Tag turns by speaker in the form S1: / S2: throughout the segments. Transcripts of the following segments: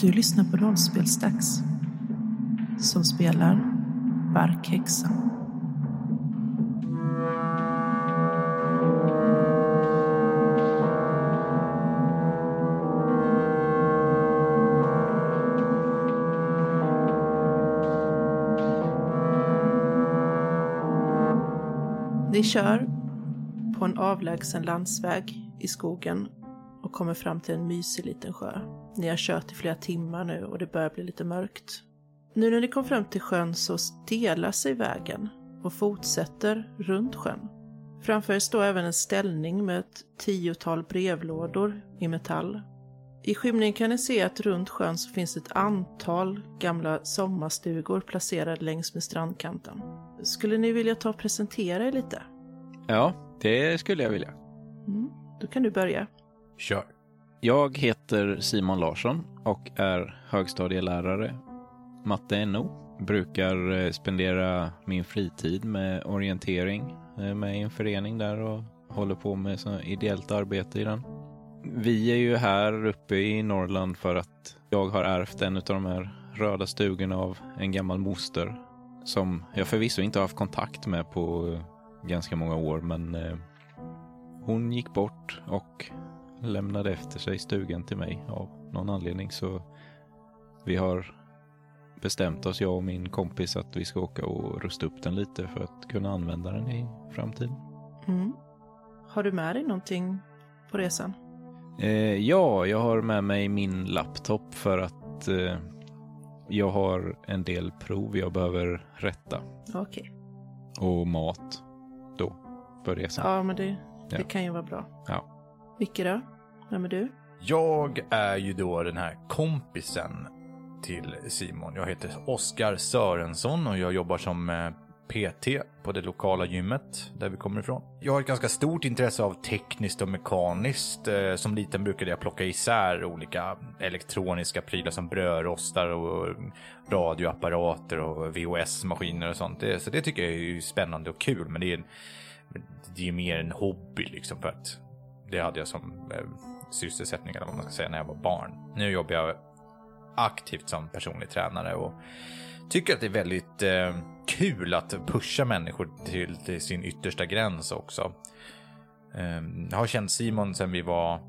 S1: Du lyssnar på Rollspelsdags som spelar Barkhäxan. Ni kör på en avlägsen landsväg i skogen och kommer fram till en mysig liten sjö. Ni har kört i flera timmar nu och det börjar bli lite mörkt. Nu när ni kom fram till sjön så delar sig vägen och fortsätter runt sjön. Framför er står även en ställning med ett tiotal brevlådor i metall. I skymningen kan ni se att runt sjön så finns ett antal gamla sommarstugor placerade längs med strandkanten. Skulle ni vilja ta och presentera er lite?
S2: Ja, det skulle jag vilja.
S1: Mm, då kan du börja.
S3: Kör.
S2: Jag heter Simon Larsson och är högstadielärare, matte NO. Brukar eh, spendera min fritid med orientering eh, med i en förening där och håller på med så ideellt arbete i den. Vi är ju här uppe i Norrland för att jag har ärvt en av de här röda stugorna av en gammal moster som jag förvisso inte har haft kontakt med på eh, ganska många år men eh, hon gick bort och lämnade efter sig stugan till mig av någon anledning så vi har bestämt oss, jag och min kompis, att vi ska åka och rusta upp den lite för att kunna använda den i framtiden.
S1: Mm. Har du med dig någonting på resan?
S2: Eh, ja, jag har med mig min laptop för att eh, jag har en del prov jag behöver rätta
S1: Okej.
S2: och mat då för resan.
S1: Ja, men det, det
S2: Ja.
S1: kan ju vara bra.
S2: Ja.
S1: Micke då? Vem är du?
S3: Jag är ju då den här kompisen till Simon. Jag heter Oskar Sörensson och jag jobbar som eh, PT på det lokala gymmet där vi kommer ifrån. Jag har ett ganska stort intresse av tekniskt och mekaniskt. Eh, Som liten brukade jag plocka isär olika elektroniska prylar som brödrostar och radioapparater och VHS-maskiner och sånt. Det- Så det tycker jag är ju spännande och kul, men det är, en- det är mer en hobby liksom för att det hade jag som eh, sysselsättning eller vad man ska säga när jag var barn. Nu jobbar jag aktivt som personlig tränare och tycker att det är väldigt eh, kul att pusha människor till, till sin yttersta gräns också. Eh, jag har känt Simon sedan vi var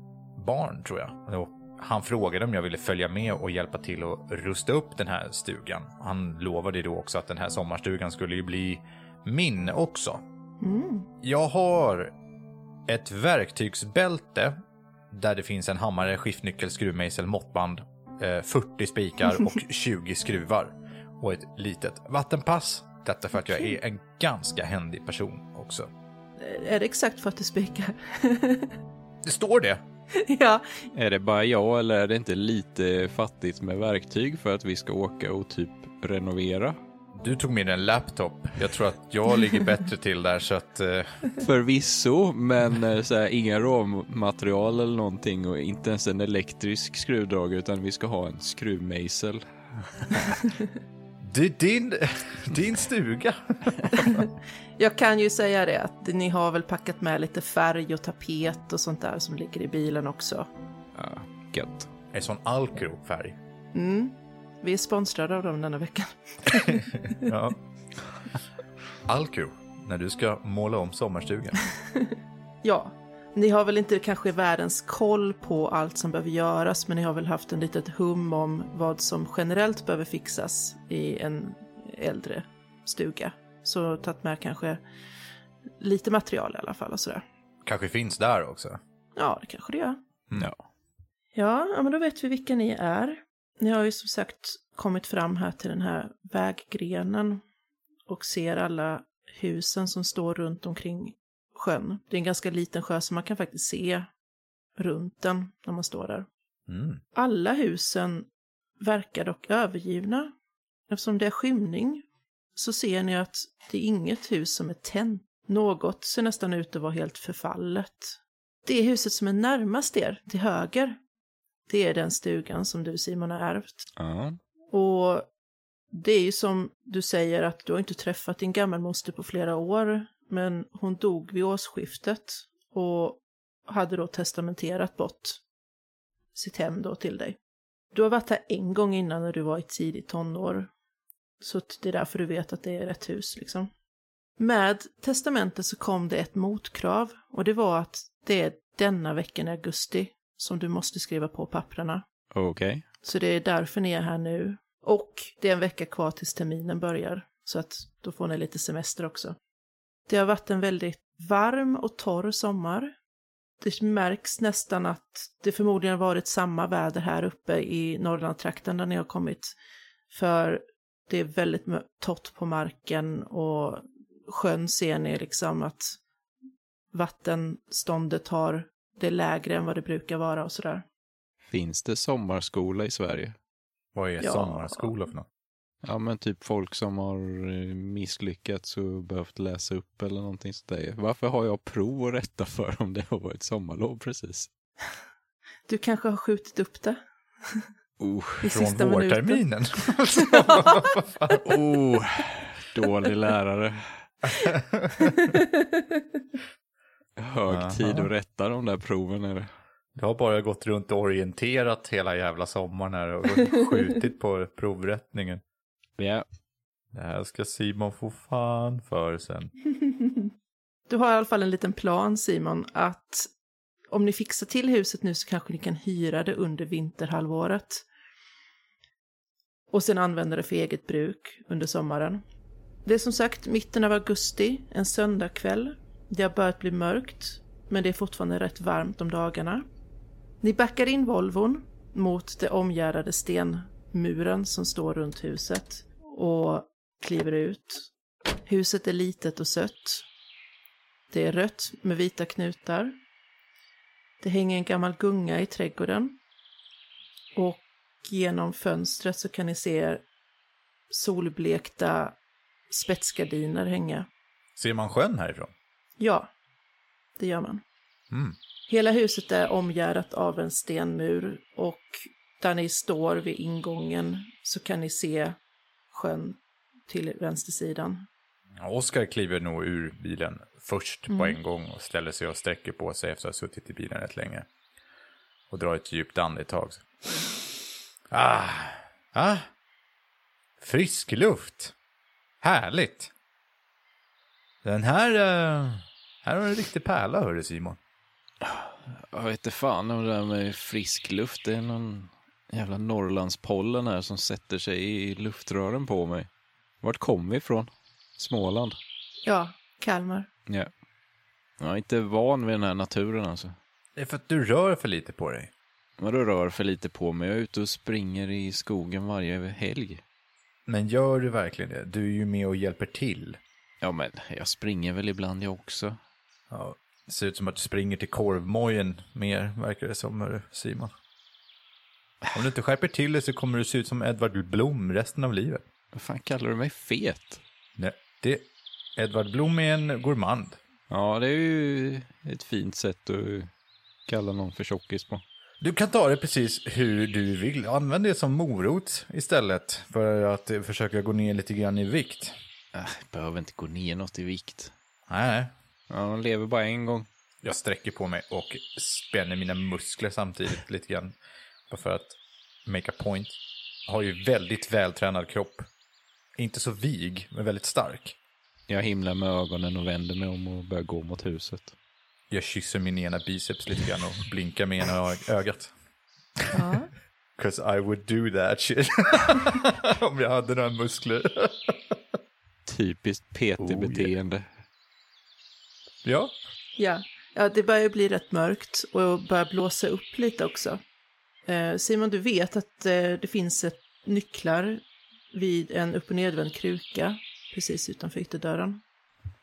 S3: barn tror jag. Och han frågade om jag ville följa med och hjälpa till att rusta upp den här stugan. Han lovade då också att den här sommarstugan skulle ju bli min också.
S1: Mm.
S3: Jag har ett verktygsbälte där det finns en hammare, skiftnyckel, skruvmejsel, måttband, eh, 40 spikar och 20 skruvar och ett litet vattenpass. Detta för att jag är en ganska händig person också.
S1: Är det exakt 40 spikar?
S3: Det står det.
S1: ja.
S2: Är det bara jag eller är det inte lite fattigt med verktyg för att vi ska åka och typ renovera?
S3: Du tog med en laptop. Jag tror att jag ligger bättre till där så att eh,
S2: Förvisso, men eh, så här, inga råmaterial eller någonting och inte ens en elektrisk skruvdragare utan vi ska ha en skruvmejsel.
S3: det är din, din stuga.
S1: Jag kan ju säga det att ni har väl packat med lite färg och tapet och sånt där som ligger i bilen också.
S2: Ja, gött.
S3: En sån alkrofärg.
S1: Mm. Vi är sponsrade av dem denna veckan.
S3: Ja. Alkro, när du ska måla om sommarstugan.
S1: Ja, ni har väl inte kanske världens koll på allt som behöver göras, men ni har väl haft en litet hum om vad som generellt behöver fixas i en äldre stuga. Så tagit med kanske lite material i alla fall och sådär.
S3: Kanske finns där också.
S1: Ja, det kanske det gör.
S2: Ja.
S1: Ja, ja, men då vet vi vilka ni är. Ni har ju som sagt kommit fram här till den här väggrenen och ser alla husen som står runt omkring sjön. Det är en ganska liten sjö så man kan faktiskt se runt den när man står där.
S3: Mm.
S1: Alla husen verkar dock övergivna. Eftersom det är skymning så ser ni att det är inget hus som är tänt. Något ser nästan ut att vara helt förfallet. Det huset som är närmast er, till höger, det är den stugan som du Simon har ärvt.
S2: ja.
S1: Och det är ju som du säger att du har inte träffat din gammelmoster på flera år, men hon dog vid årsskiftet och hade då testamenterat bort sitt hem då till dig. Du har varit här en gång innan när du var i tidigt tonår. Så att det är därför du vet att det är rätt hus liksom. Med testamentet så kom det ett motkrav och det var att det är denna veckan i augusti som du måste skriva på papprarna.
S2: Okej.
S1: Så det är därför ni är här nu. Och det är en vecka kvar tills terminen börjar. Så att då får ni lite semester också. Det har varit en väldigt varm och torr sommar. Det märks nästan att det förmodligen har varit samma väder här uppe i Norrlandstrakten där ni har kommit. För det är väldigt mö- torrt på marken och sjön ser ni liksom att vattenståndet har, det är lägre än vad det brukar vara och sådär.
S2: Finns det sommarskola i Sverige?
S3: Vad är
S1: Ja.
S3: sommarskola för något?
S2: Ja, men typ folk som har eh, misslyckats och behövt läsa upp eller någonting sånt där. Varför har jag prov att rätta för om det har varit sommarlov precis?
S1: Du kanske har skjutit upp det?
S2: Oh,
S1: I sista
S3: Från
S1: minuten.
S3: vårterminen?
S2: oh dålig lärare.
S3: Aha.
S2: Hög tid att rätta de där proven är det.
S3: Du har bara gått runt och orienterat hela jävla sommaren här och skjutit på provrättningen.
S2: Ja,
S3: Det här ska Simon få fan för sen.
S1: Du har i alla fall en liten plan Simon att om ni fixar till huset nu så kanske ni kan hyra det under vinterhalvåret. Och sen använda det för eget bruk under sommaren. Det är som sagt mitten av augusti, en söndagkväll. Det har börjat bli mörkt, men det är fortfarande rätt varmt om dagarna. Ni backar in Volvon mot det omgärdade stenmuren som står runt huset och kliver ut. Huset är litet och sött, det är rött med vita knutar. Det hänger en gammal gunga i trädgården. Och genom fönstret så kan ni se solblekta spetsgardiner hänga.
S3: Ser man sjön härifrån?
S1: Ja, det gör man.
S3: Mm.
S1: Hela huset är omgärdat av en stenmur och där ni står vid ingången så kan ni se sjön till vänstersidan.
S3: Oskar kliver nog ur bilen först på
S1: Mm.
S3: en gång och ställer sig och sträcker på sig efter att ha suttit i bilen rätt länge. Och drar ett djupt andetag. Ah, ah. Frisk luft. Härligt. Den här, eh, här har du en riktig pärla hörru Simon.
S2: jag vet inte fan om det där med frisk luft. Det är någon jävla Norrlandspollen här som sätter sig i luftrören på mig. Vart kom vi ifrån? Småland?
S1: Ja, Kalmar.
S2: Ja. Jag är inte van vid den här naturen alltså.
S3: Det är för att du rör för lite på dig.
S2: Vadå rör för lite på mig? Jag är ute och springer i skogen varje helg.
S3: Men gör du verkligen det? Du är ju med och hjälper till.
S2: Ja, men jag springer väl ibland jag också.
S3: Ja, det ser ut som att du springer till korvmojen mer, verkar det som, hörru, Simon. Om du inte skärper till dig så kommer du se ut som Edvard Blom resten av livet.
S2: Vad fan kallar du mig fet?
S3: Nej, det... Edvard Blom är en gourmand.
S2: Ja, det är ju ett fint sätt att kalla någon för tjockis på.
S3: Du kan ta det precis hur du vill. Använd det som morot istället för att eh, försöka gå ner lite grann i vikt.
S2: Äh, behöver inte gå ner något i vikt.
S3: Nej,
S2: Ja, man lever bara en gång.
S3: jag sträcker på mig och spänner mina muskler samtidigt lite grann. Bara för att make a point. Har ju väldigt vältränad kropp. Inte så vig, men väldigt stark.
S2: Jag himlar med ögonen och vänder mig om och börjar gå mot huset.
S3: Jag kysser min ena biceps lite grann och blinkar med ena ö- ögat.
S1: Ja.
S3: Cause I would do that shit. Om jag hade några muskler.
S2: Typiskt PT-beteende.
S3: ja,
S1: Ja. ja, det börjar ju bli rätt mörkt och börjar blåsa upp lite också. Eh, Simon, du vet att eh, det finns ett nycklar vid en upp och nedvänd kruka precis utanför ytterdörren.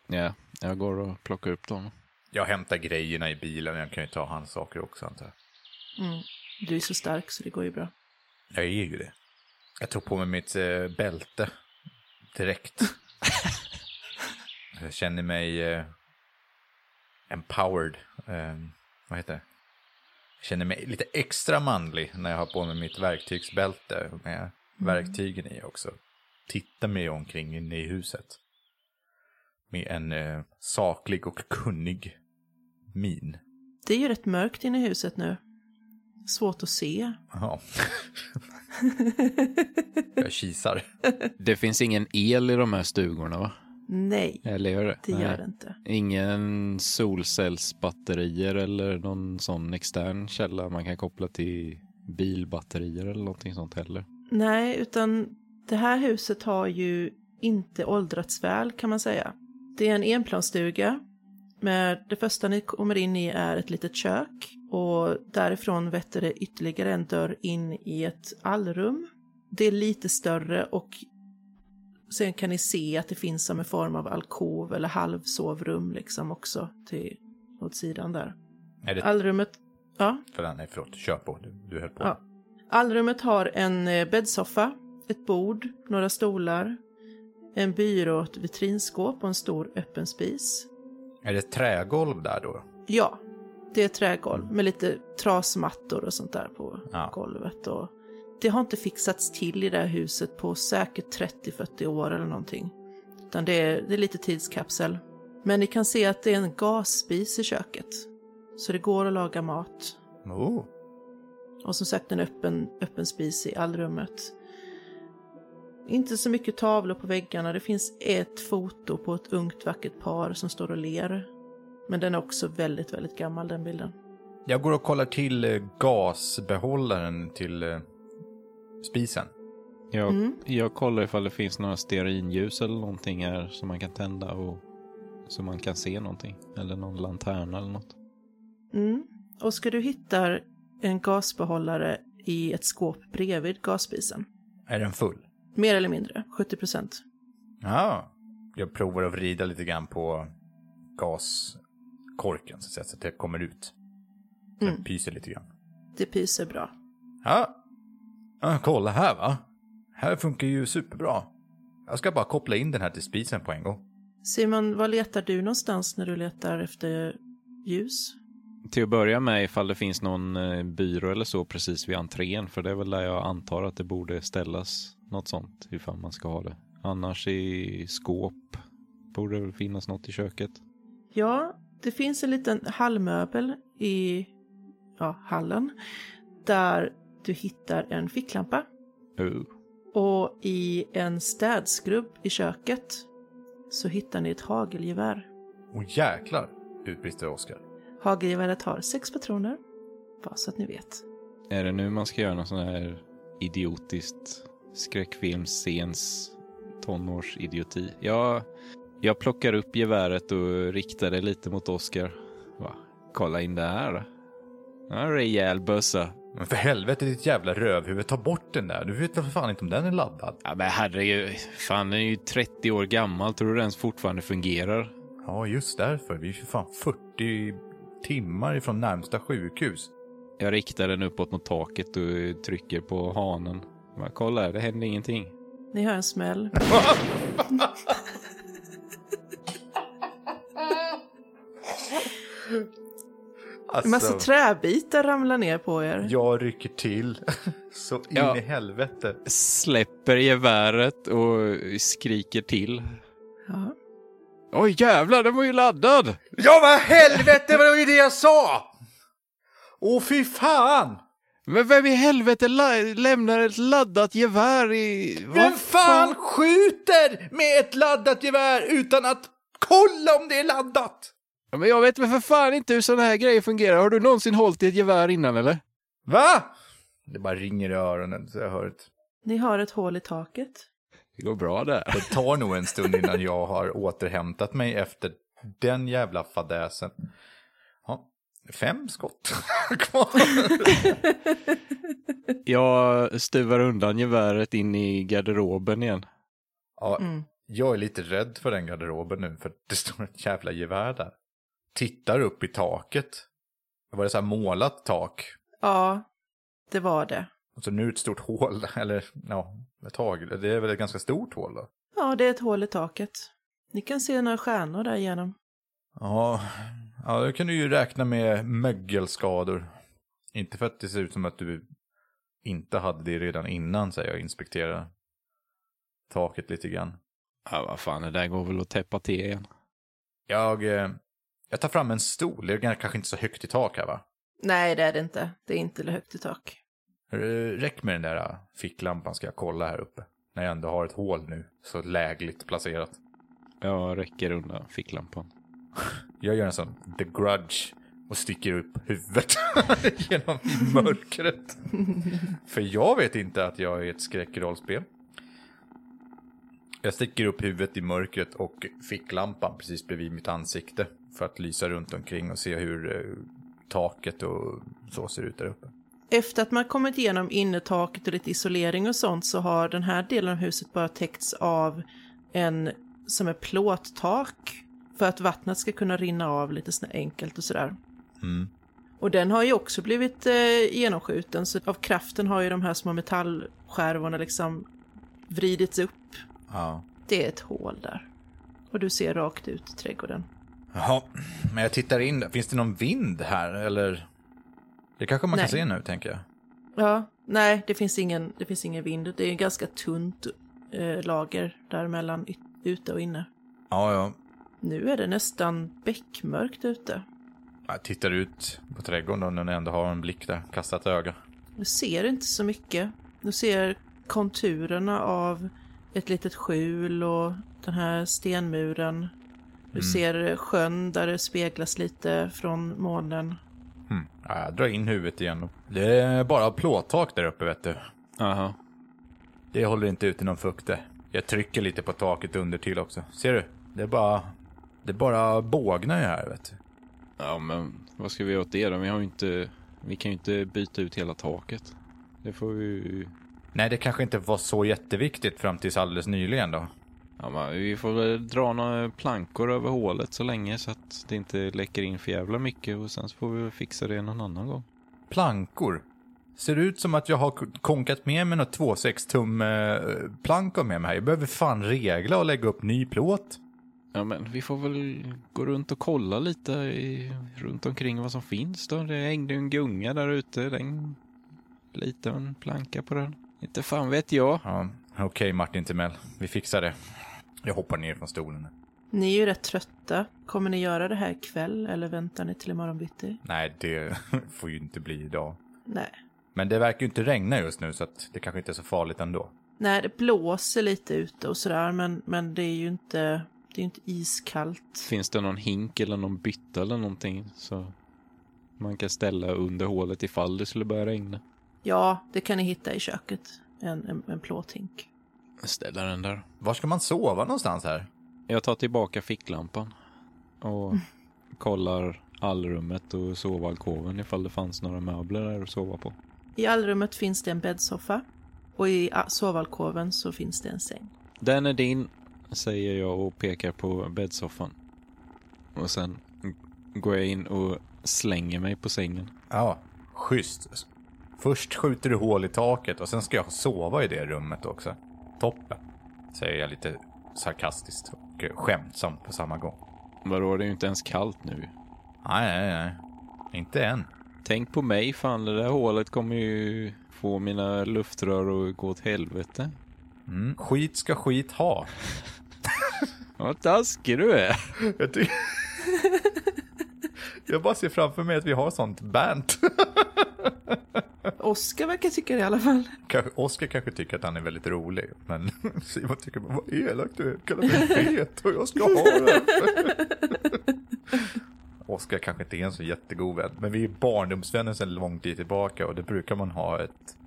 S2: Ja, jag går och plockar upp dem.
S3: jag hämtar grejerna i bilen. Jag kan ju ta hans saker också antar jag.
S1: Mm. Du är så stark så det går ju bra.
S3: Jag är ju det. Jag tog på mig mitt eh, bälte direkt. jag känner mig eh, empowered. Eh, vad heter det? Jag känner mig lite extra manlig när jag har på mig mitt verktygsbälte med verktygen i också. Tittar mig omkring inne i huset. Med en eh, saklig och kunnig min.
S1: Det är ju rätt mörkt inne i huset nu. Svårt att se.
S3: Jaha. Jag kisar.
S2: Det finns ingen el i de här stugorna va?
S1: Nej,
S2: Eller gör det?
S1: det gör
S2: Nej.
S1: det inte.
S2: Ingen solcellsbatterier eller någon sån extern källa man kan koppla till bilbatterier eller någonting sånt heller.
S1: Nej, utan det här huset har ju inte åldrats väl kan man säga. Det är en enplansstuga. Med det första ni kommer in i är ett litet kök och därifrån vetter det ytterligare en dörr in i ett allrum. Det är lite större och sen kan ni se att det finns som en form av alkov eller halvsovrum liksom också till åt sidan där.
S3: Är det...
S1: Allrummet, ja?
S3: Förlåt, nej, förlåt. Kör på. Du, du höll på.
S1: Ja. Allrummet har en eh, bäddsoffa, ett bord, några stolar, en byrå, ett vitrinskåp och en stor öppen spis.
S3: Är det trägolv där då?
S1: Ja, det är ett trägolv med lite trasmattor och sånt där på
S3: Ja.
S1: golvet. Och det har inte fixats till i det här huset på säkert 30-40 år eller någonting. Utan det är, det är lite tidskapsel. Men ni kan se att det är en gasspis i köket. Så det går att laga mat.
S3: Oh.
S1: Och som sagt en öppen, öppen spis i allrummet. Inte så mycket tavlor på väggarna. Det finns ett foto på ett ungt vackert par som står och ler. Men den är också väldigt, väldigt gammal den bilden.
S3: Jag går och kollar till eh, gasbehållaren till eh, spisen.
S2: Jag,
S1: Mm.
S2: jag kollar ifall det finns några stearinljus eller någonting här som man kan tända och så man kan se någonting. Eller någon lanterna eller något.
S1: Mm. Och ska du hitta en gasbehållare i ett skåp bredvid gasspisen.
S3: Är den full?
S1: Mer eller mindre, 70 procent.
S3: Ja. Jag provar att vrida lite grann på gaskorken så att, säga, så att det kommer ut. Den pyser lite grann.
S1: Det pyser bra.
S3: Ja. ja. Kolla här va. Här funkar ju superbra. Jag ska bara koppla in den här till spisen på en gång.
S1: Simon, vad letar du någonstans när du letar efter ljus?
S2: Till att börja med ifall det finns någon eh, byrå eller så precis vid entrén. För det är väl där jag antar att det borde ställas något sånt ifall man ska ha det. Annars i skåp borde det väl finnas något i köket.
S1: Ja, det finns en liten hallmöbel i ja, hallen där du hittar en ficklampa.
S2: Uh.
S1: Och i en städskrubb i köket så hittar ni ett hagelgevär.
S3: Och jäklar, utbrister Oskar.
S1: Hagelgeväret har sex patroner, bara så att ni vet.
S2: Är det nu man ska göra någon sån här idiotiskt skräckfilmsscens tonårsidioti? Jag, jag plockar upp geväret och riktar det lite mot Oscar. Va? Kolla in det här då. Ja, En rejäl bössa.
S3: Men för helvete ditt jävla rövhuvud, ta bort den där. Du vet för fan inte om den är laddad.
S2: Ja men herregud, fan den är ju 30 år gammal. Tror du den ens fortfarande fungerar?
S3: Ja, just därför. Vi är för fan 40 timmar ifrån närmsta sjukhus.
S2: Jag riktar den uppåt mot taket och trycker på hanen. Va, kolla, här, det händer ingenting.
S1: Ni hör en smäll. En massa träbitar ramlar ner på er.
S3: Alltså, jag rycker till så in
S2: Ja.
S3: i helvete.
S2: Släpper geväret och skriker till.
S1: Ja.
S2: Oj jävlar, den var ju laddad!
S3: Ja, vad helvete var det ju det jag sa! Åh, fy fan!
S2: Men vem i helvete la- lämnar ett laddat gevär i...
S3: Vem fan skjuter med ett laddat gevär utan att kolla om det är laddat?
S2: Ja, Men jag vet väl för fan inte hur sådana här grejer fungerar. Har du någonsin hållit i ett gevär innan eller?
S3: Va? Det bara ringer i öronen så jag hör det.
S1: Ni har ett hål i taket.
S2: Det går bra där.
S3: Det tar nog en stund innan jag har återhämtat mig efter den jävla fadäsen. Ja, fem skott kvar.
S2: Jag stuvar undan geväret in i garderoben igen.
S3: Ja,
S1: Mm.
S3: jag är lite rädd för den garderoben nu för det står ett jävla gevär där. Tittar upp i taket. Var det så här målat tak?
S1: Ja, det var det.
S3: Och så nu är det ett stort hål, eller ja, ett tag. Det är väl ett ganska stort hål då?
S1: Ja, det är ett hål i taket. Ni kan se några stjärnor där igenom.
S3: Ja, ja då kan du ju räkna med mögelskador. Inte för att det ser ut som att du inte hade det redan innan, säger jag inspekterar taket lite grann.
S2: Ja, vad fan, det där går väl att täppa till igen.
S3: Jag, eh, jag tar fram en stol, det är kanske inte så högt i tak här va?
S1: Nej, det är det inte. Det är inte högt i tak.
S3: R- Räck med den där äh, ficklampan ska jag kolla här uppe. När jag ändå har ett hål nu, så lägligt placerat.
S2: Jag räcker undan ficklampan.
S3: Jag gör en sån the grudge och sticker upp huvudet genom mörkret. För jag vet inte att jag är ett skräckrollspel. Jag sticker upp huvudet i mörkret och ficklampan precis bredvid mitt ansikte för att lysa runt omkring och se hur eh, taket och så ser ut där uppe.
S1: Efter att man kommit igenom innertaket och lite isolering och sånt så har den här delen av huset bara täckts av en som är plåttak för att vattnet ska kunna rinna av lite såna enkelt och sådär. Och den har ju också blivit eh, genomskjuten så av kraften har ju de här små metallskärvorna liksom vridits upp.
S3: Ja.
S1: Det är ett hål där. Och du ser rakt ut i trädgården.
S3: Jaha, men jag tittar in där. Finns det någon vind här eller? Det kanske man
S1: Nej.
S3: kan se nu tänker jag.
S1: Ja, nej, det finns ingen, det finns ingen vind. Det är en ganska tunt eh, lager där mellan yt- ute och inne.
S3: Ja, ja.
S1: Nu är det nästan bäckmörkt ute.
S3: Jag tittar ut på trädgården då, när jag ändå har en blick där, kastar ett öga.
S1: Du ser inte så mycket. Du ser konturerna av ett litet skjul och den här stenmuren. Du ser sjön där det speglas lite från månen.
S3: Hmm. Ja, jag drar in huvudet igen. då. Det är bara plåttak där uppe, vet du.
S2: Aha.
S3: Det håller inte ute någon fukt det. Jag trycker lite på taket under till också. Ser du? Det är bara... Det bara bågnar ju här, vet du.
S2: Ja, men vad ska vi göra åt det då? Vi, har ju inte, vi kan ju inte byta ut hela taket. Det får vi ju-
S3: Nej, det kanske inte var så jätteviktigt fram tills alldeles nyligen då.
S2: Ja, men vi får väl dra några plankor över hålet så länge så att det inte läcker in för jävla mycket och sen så får vi väl fixa det någon annan gång.
S3: Plankor. Ser det ut som att jag har k- konkat med mig något 2,6 tum eh, plankor med mig här. Jag behöver fan regla och lägga upp ny plåt.
S2: Ja, men vi får väl gå runt och kolla lite i, runt omkring vad som finns då. Det hängde ju en gunga där ute. Den liten planka på den. Inte fan vet jag.
S3: Ja, okej Martin Timell. Vi fixar det. Jag hoppar ner från stolen.
S1: Ni är ju rätt trötta. Kommer ni göra det här ikväll eller väntar ni till imorgon bitti?
S3: Nej, det får ju inte bli idag.
S1: Nej.
S3: Men det verkar ju inte regna just nu så att det kanske inte är så farligt ändå.
S1: Nej, det blåser lite ute och sådär men, men det är ju inte, det är ju inte iskallt.
S2: Finns det någon hink eller någon bytta eller någonting så man kan ställa under hålet ifall det skulle börja regna?
S1: Ja, det kan ni hitta i köket. En, en, en plåthink.
S2: Ställa den där.
S3: Var ska man sova någonstans här?
S2: Jag tar tillbaka ficklampan och kollar allrummet och sovalkoven ifall det fanns några möbler där att sova på.
S1: I allrummet finns det en bäddsoffa och i a- sovalkoven så finns det en säng.
S2: Den är din, säger jag och pekar på bäddsoffan. Och sen går jag in och slänger mig på sängen.
S3: Ja, schysst. Först skjuter du hål i taket och sen ska jag sova i det rummet också. Toppen, säger jag lite sarkastiskt och skämtsamt på samma gång.
S2: Vadå, det är ju inte ens kallt nu.
S3: Nej, nej, nej. Inte än.
S2: Tänk på mig fan, det där hålet kommer ju få mina luftrör att gå åt helvete.
S3: Mm. Skit ska skit ha.
S2: Vad taskig du är.
S3: Jag, ty- jag bara ser framför mig att vi har sånt bant.
S1: Oskar verkar tycka det i alla fall.
S3: Kanske- Oscar kanske tycker att han är väldigt rolig, men Simon tycker bara vad elak du är, kallar mig fet och jag ska ha den. Oscar kanske inte är en så jättegod vän, men vi är barndomsvänner sedan lång tid tillbaka och det brukar man ha ett,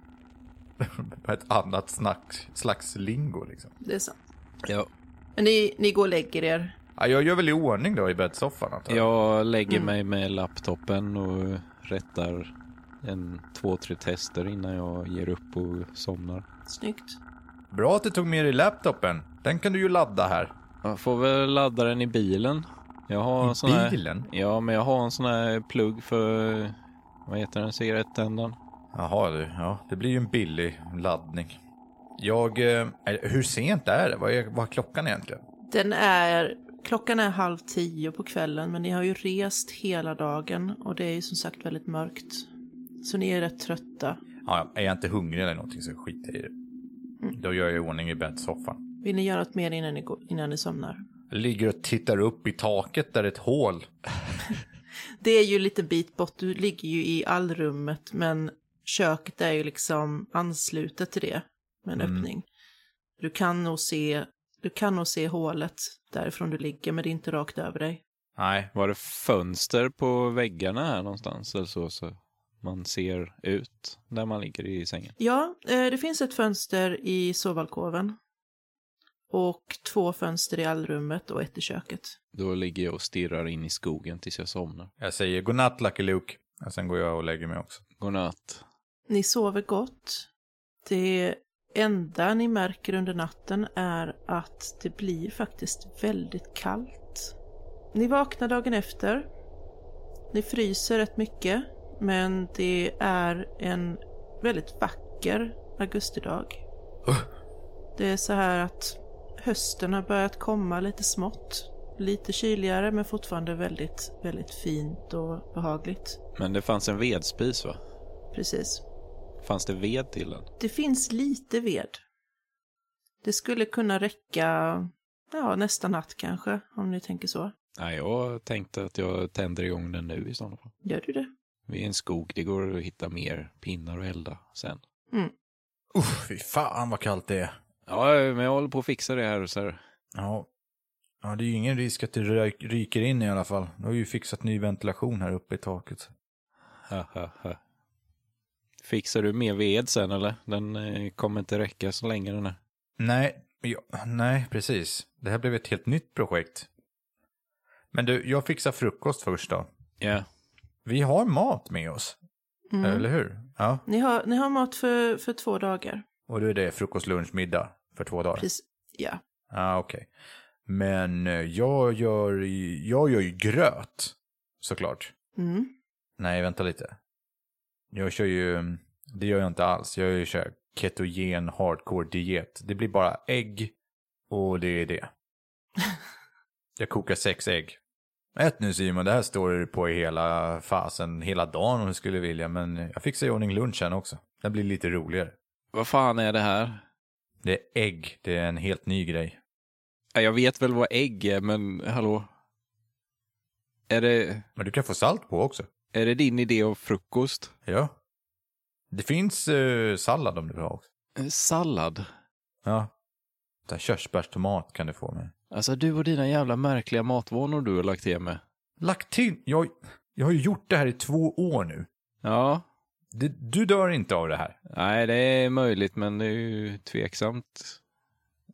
S3: ett annat snack, slags lingo liksom.
S1: Det är sant.
S2: Ja.
S1: Men ni, ni går och lägger er.
S3: Ja, jag gör väl i ordning då i bäddsoffan antar jag.
S2: Jag lägger mig med laptopen och rättar en två, tre tester innan jag ger upp och somnar.
S1: Snyggt.
S3: Bra att du tog med dig laptopen, den kan du ju ladda här.
S2: Jag får väl ladda den i bilen. Jag har en sån här...
S3: bilen?
S2: Ja, men jag har en sån här plugg för... Vad heter den? Cigarettändaren?
S3: Jaha du, ja. Det blir ju en billig laddning. Jag, eh, är- hur sent är det? Vad är, vad är klockan egentligen?
S1: Den är, klockan är halv tio på kvällen men ni har ju rest hela dagen och det är ju som sagt väldigt mörkt. Så ni är rätt trötta.
S3: Ja, är jag inte hungrig eller någonting så skiter jag i det. Då gör jag i ordning i bäddsoffan.
S1: Vill ni göra något mer innan ni, går, innan ni somnar?
S3: Jag Ligger och tittar upp i taket där det är ett hål.
S1: Det är ju lite bit bort, du ligger ju i allrummet men köket är ju liksom anslutet till det med en
S3: Mm.
S1: öppning. Du kan, nog se, du kan nog se hålet därifrån du ligger men det är inte rakt över dig.
S3: Nej,
S2: Var det fönster på väggarna här någonstans eller så? så man ser ut där man ligger i sängen.
S1: Ja, eh, det finns ett fönster i sovalkoven. Och två fönster i allrummet och ett i köket.
S2: Då ligger jag och stirrar in i skogen tills jag somnar.
S3: jag säger godnatt Lucky Luke. Och sen går jag och lägger mig också.
S2: Godnatt.
S1: Ni sover gott. Det enda ni märker under natten är att det blir faktiskt väldigt kallt. Ni vaknar dagen efter. Ni fryser rätt mycket, men det är en väldigt vacker augustidag. Det är så här att hösten har börjat komma lite smått. Lite kyligare men fortfarande väldigt, väldigt fint och behagligt.
S2: Men det fanns en vedspis va?
S1: Precis.
S2: Fanns det ved till den?
S1: Det finns lite ved. Det skulle kunna räcka ja, nästa natt kanske, om ni tänker så.
S2: Nej, jag tänkte att jag tänder igång den nu i sådana fall.
S1: Gör du det?
S2: Vi är en skog, det går att hitta mer pinnar och elda sen.
S1: Mm.
S3: Uff, fy fan vad kallt det är.
S2: Ja, men jag håller på att fixa det här så här.
S3: Ja. ja, det är ju ingen risk att det ryk- ryker in i alla fall. Nu har ju fixat ny ventilation här uppe i taket.
S2: Ha, ha, ha. Fixar du mer ved sen eller? Den eh, kommer inte räcka så länge den här.
S3: Nej, ja, nej, precis. Det här blev ett helt nytt projekt. Men du, jag fixar frukost först då.
S2: Ja,
S3: Vi har mat med oss, eller hur? Ja,
S1: Mm. Ni har, ni har mat för, för två dagar.
S3: och då är det frukost, lunch, middag för två dagar.
S1: Precis. Ja.
S3: Ja, okej. Men eh, jag gör, ju- jag gör ju gröt, såklart.
S1: Mm.
S3: Nej, vänta lite. Jag kör ju, det gör jag inte alls. Jag kör ketogen hardcore-diet. Det blir bara ägg och det är det. Jag kokar sex ägg. Ät nu Simon, det här står det på i hela fasen, hela dagen om du skulle vilja. Men jag fixar i ordning lunchen också. Den blir lite roligare.
S2: vad fan är det här?
S3: Det är ägg, det är en helt ny grej.
S2: Ja, Jag vet väl vad ägg är, men hallå? Är det,
S3: Men du kan få salt på också.
S2: är det din idé om frukost?
S3: Ja. Det finns eh, sallad om du vill ha också.
S2: Eh, Sallad?
S3: Ja. Så här Körsbärstomat kan du få med.
S2: Alltså du och dina jävla märkliga matvanor du har lagt till med.
S3: Lagt till? Jag, jag har ju gjort det här i två år nu.
S2: Ja,
S3: Det, du dör inte av det här.
S2: Nej, det är möjligt, men det är ju tveksamt.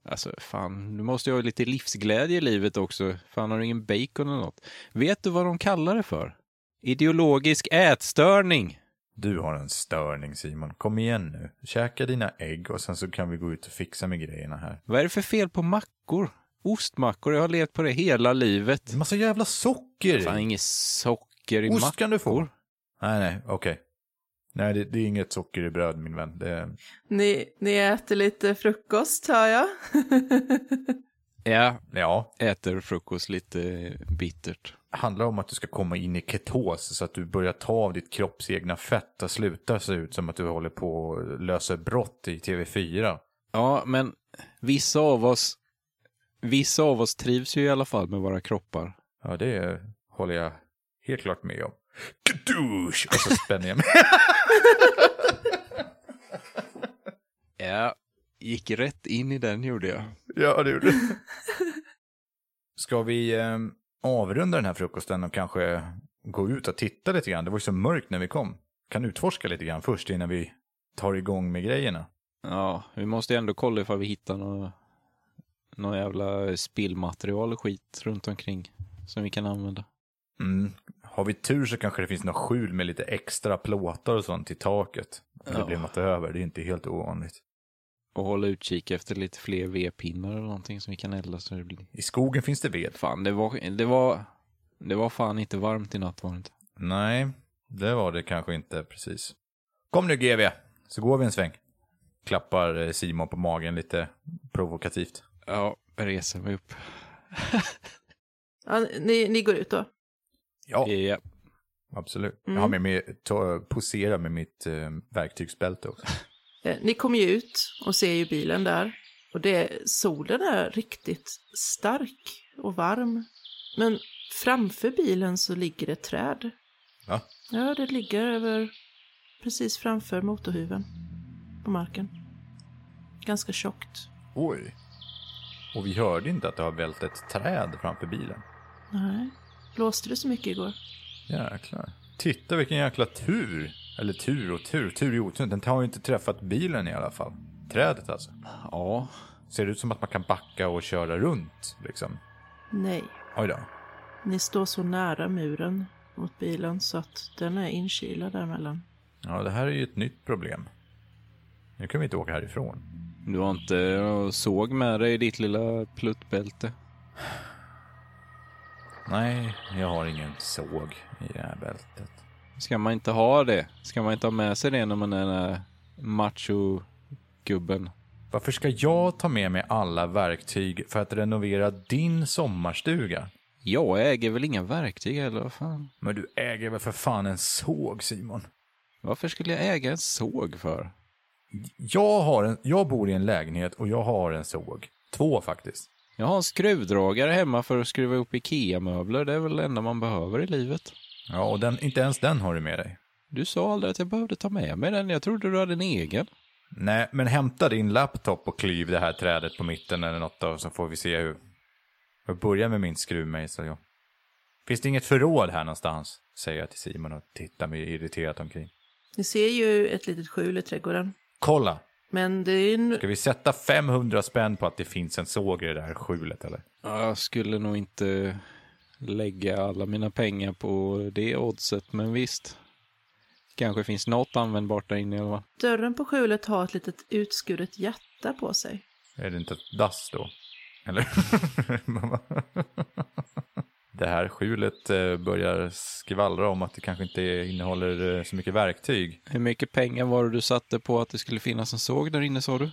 S2: Alltså, fan, du måste ju ha lite livsglädje i livet också. Fan, har du ingen bacon eller något? Vet du vad de kallar det för? Ideologisk ätstörning!
S3: Du har en störning Simon. Kom igen nu. Käka dina ägg och sen så kan vi gå ut och fixa med grejerna här.
S2: Vad är det för fel på mackor? Ostmackor, jag har levt på det hela
S3: Det
S2: livet.
S3: är massa jävla socker i.
S2: Fan, inget socker i
S3: Mm. Ost
S2: mackor.
S3: kan du få. Nej, nej, okej. Nej, det, det är inget socker i bröd min vän. Det,
S1: Ni, ni äter lite frukost, hör jag.
S2: Ja,
S3: ja,
S2: äter frukost lite bittert.
S3: handlar om att du ska komma in i ketos så att du börjar ta av ditt kropps egna fett och slutar se ut som att du håller på att lösa brott i TV4.
S2: Ja, men vissa av oss, vissa av oss trivs ju i alla fall med våra kroppar.
S3: Ja, det håller jag helt klart med om. Kadush! Och så spänner jag mig.
S2: Ja, gick rätt in i den gjorde jag.
S3: ja, det gjorde du. Ska vi eh, avrunda den här frukosten och kanske gå ut och titta lite grann? Det var ju så mörkt när vi kom. Kan utforska lite grann först innan vi tar igång med grejerna.
S2: Ja, vi måste ju ändå kolla ifall vi hittar något nå jävla spillmaterial och skit runt omkring som vi kan använda.
S3: Mm. Har vi tur så kanske det finns något skjul med lite extra plåtar och sånt till taket. Om Det
S2: Ja.
S3: blir något över, det är inte helt ovanligt.
S2: Och hålla utkik efter lite fler vedpinnar eller någonting som vi kan elda så det blir...
S3: I skogen finns det ved.
S2: Fan, det var, det var, det var fan inte varmt i natt var det inte.
S3: Nej, det var det kanske inte precis. Kom nu GV, så går vi en sväng. Klappar eh, Simon på magen lite provokativt.
S2: Ja, reser mig upp.
S1: Ja, ni, ni går ut då.
S3: Ja,
S2: Ja,
S3: Eh, absolut.
S1: Mm.
S3: Jag har med mig, ta, posera med mitt eh, verktygsbälte också.
S1: Eh, Ni kommer ju ut och ser ju bilen där. Och det, solen är riktigt stark och varm. Men Framför bilen så ligger det ett träd.
S3: Va?
S1: Ja, det ligger över precis framför motorhuven på marken. Ganska tjockt.
S3: Oj. Och vi hörde inte att det har vält ett träd framför bilen.
S1: Nej. Blåste det så mycket igår?
S3: Jäklar. Titta vilken jäkla tur. Eller tur och tur. Tur i otur. Den har ju inte träffat bilen i alla fall. Trädet alltså.
S2: Ja,
S3: Ser det ut som att man kan backa och köra runt liksom?
S1: Nej.
S3: Oj då.
S1: Ni står så nära muren mot bilen så att den är inkilad däremellan.
S3: Ja, det här är ju ett nytt problem. Nu kan vi inte åka härifrån.
S2: du har inte eh, såg med dig ditt lilla pluttbälte.
S3: Nej, jag har ingen såg i det här bältet.
S2: Ska man inte ha det? Ska man inte ha med sig det när man är den här macho-gubben?
S3: Varför ska jag ta med mig alla verktyg för att renovera din sommarstuga?
S2: Jag äger väl inga verktyg eller vad fan?
S3: Men du äger väl för fan en såg, Simon?
S2: Varför skulle jag äga en såg för?
S3: Jag, har en, jag bor i en lägenhet och jag har en såg. Två faktiskt.
S2: Jag har en skruvdragare hemma för att skruva upp IKEA-möbler. Det är väl det enda man behöver i livet.
S3: Ja, och den, inte ens den har du med dig.
S2: Du sa aldrig att jag behövde ta med mig den. Jag trodde du hade en egen.
S3: Nej, men hämta din laptop och klyv det här trädet på mitten eller något då, så får vi se hur... Jag börjar med min skruvmejsel, ja. Finns det inget förråd här någonstans? Säger jag till Simon och tittar mig irriterat omkring.
S1: Ni ser ju ett litet skjul i trädgården.
S3: Kolla!
S1: Men det är ju en...
S3: Ska vi sätta 500 spänn på att det finns en såg i det där skjulet, eller?
S2: Jag skulle nog inte lägga alla mina pengar på det oddset, men visst. Kanske finns något användbart där inne i alla fall.
S1: Dörren på skjulet har ett litet utskuret hjärta på sig.
S3: Är det inte ett dass då? Eller? det här skjulet eh, börjar skvallra om att det kanske inte innehåller eh, så mycket verktyg.
S2: Hur mycket pengar var det du satte på att det skulle finnas en såg där inne sa du?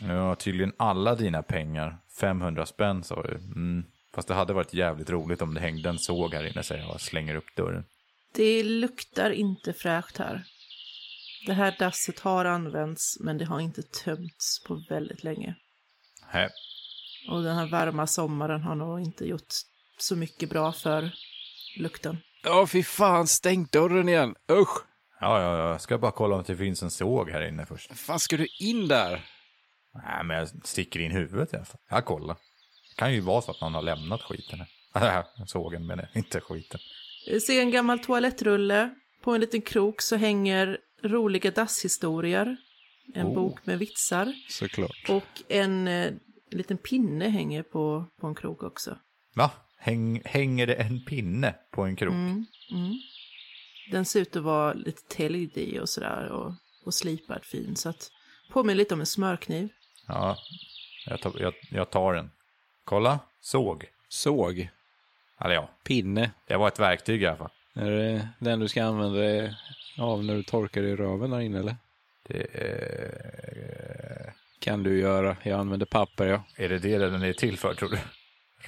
S3: Ja, tydligen alla dina pengar. 500 spänn sa du. Mm. Fast det hade varit jävligt roligt om det hängde en såg här inne säger jag och slänger upp dörren.
S1: Det luktar inte fräscht här. Det här dasset har använts men det har inte tömts på väldigt länge.
S3: Hä?
S1: Och den här varma sommaren har nog inte gjort så mycket bra för lukten.
S2: Ja, fy fan, stäng dörren igen! Usch!
S3: Ja, ja, ja, jag ska bara kolla om det finns en såg här inne först.
S2: fan ska du in där?
S3: Nej, men jag sticker in huvudet i alla fall. Jag kollar. Det kan ju vara så att någon har lämnat skiten här. Sågen menar jag, inte skiten.
S1: Vi ser en gammal toalettrulle. På en liten krok så hänger roliga dasshistorier. En
S2: Oh.
S1: bok med vitsar.
S2: Såklart.
S1: Och en eh, liten pinne hänger på, på en krok också.
S3: Va? Häng, hänger det en pinne på en krok?
S1: Mm, mm. Den ser ut att vara lite täljd i och sådär och, och slipad fin. Så att påminner lite om en smörkniv.
S3: Ja, jag tar, jag, jag tar den. Kolla, såg.
S2: Såg.
S3: Eller ja,
S2: Pinne.
S3: det var ett verktyg i alla fall.
S2: Är det den du ska använda dig av när du torkar i röven där inne eller?
S3: Det är...
S2: Kan du göra. Jag använder papper ja.
S3: är det det den är till för, tror du?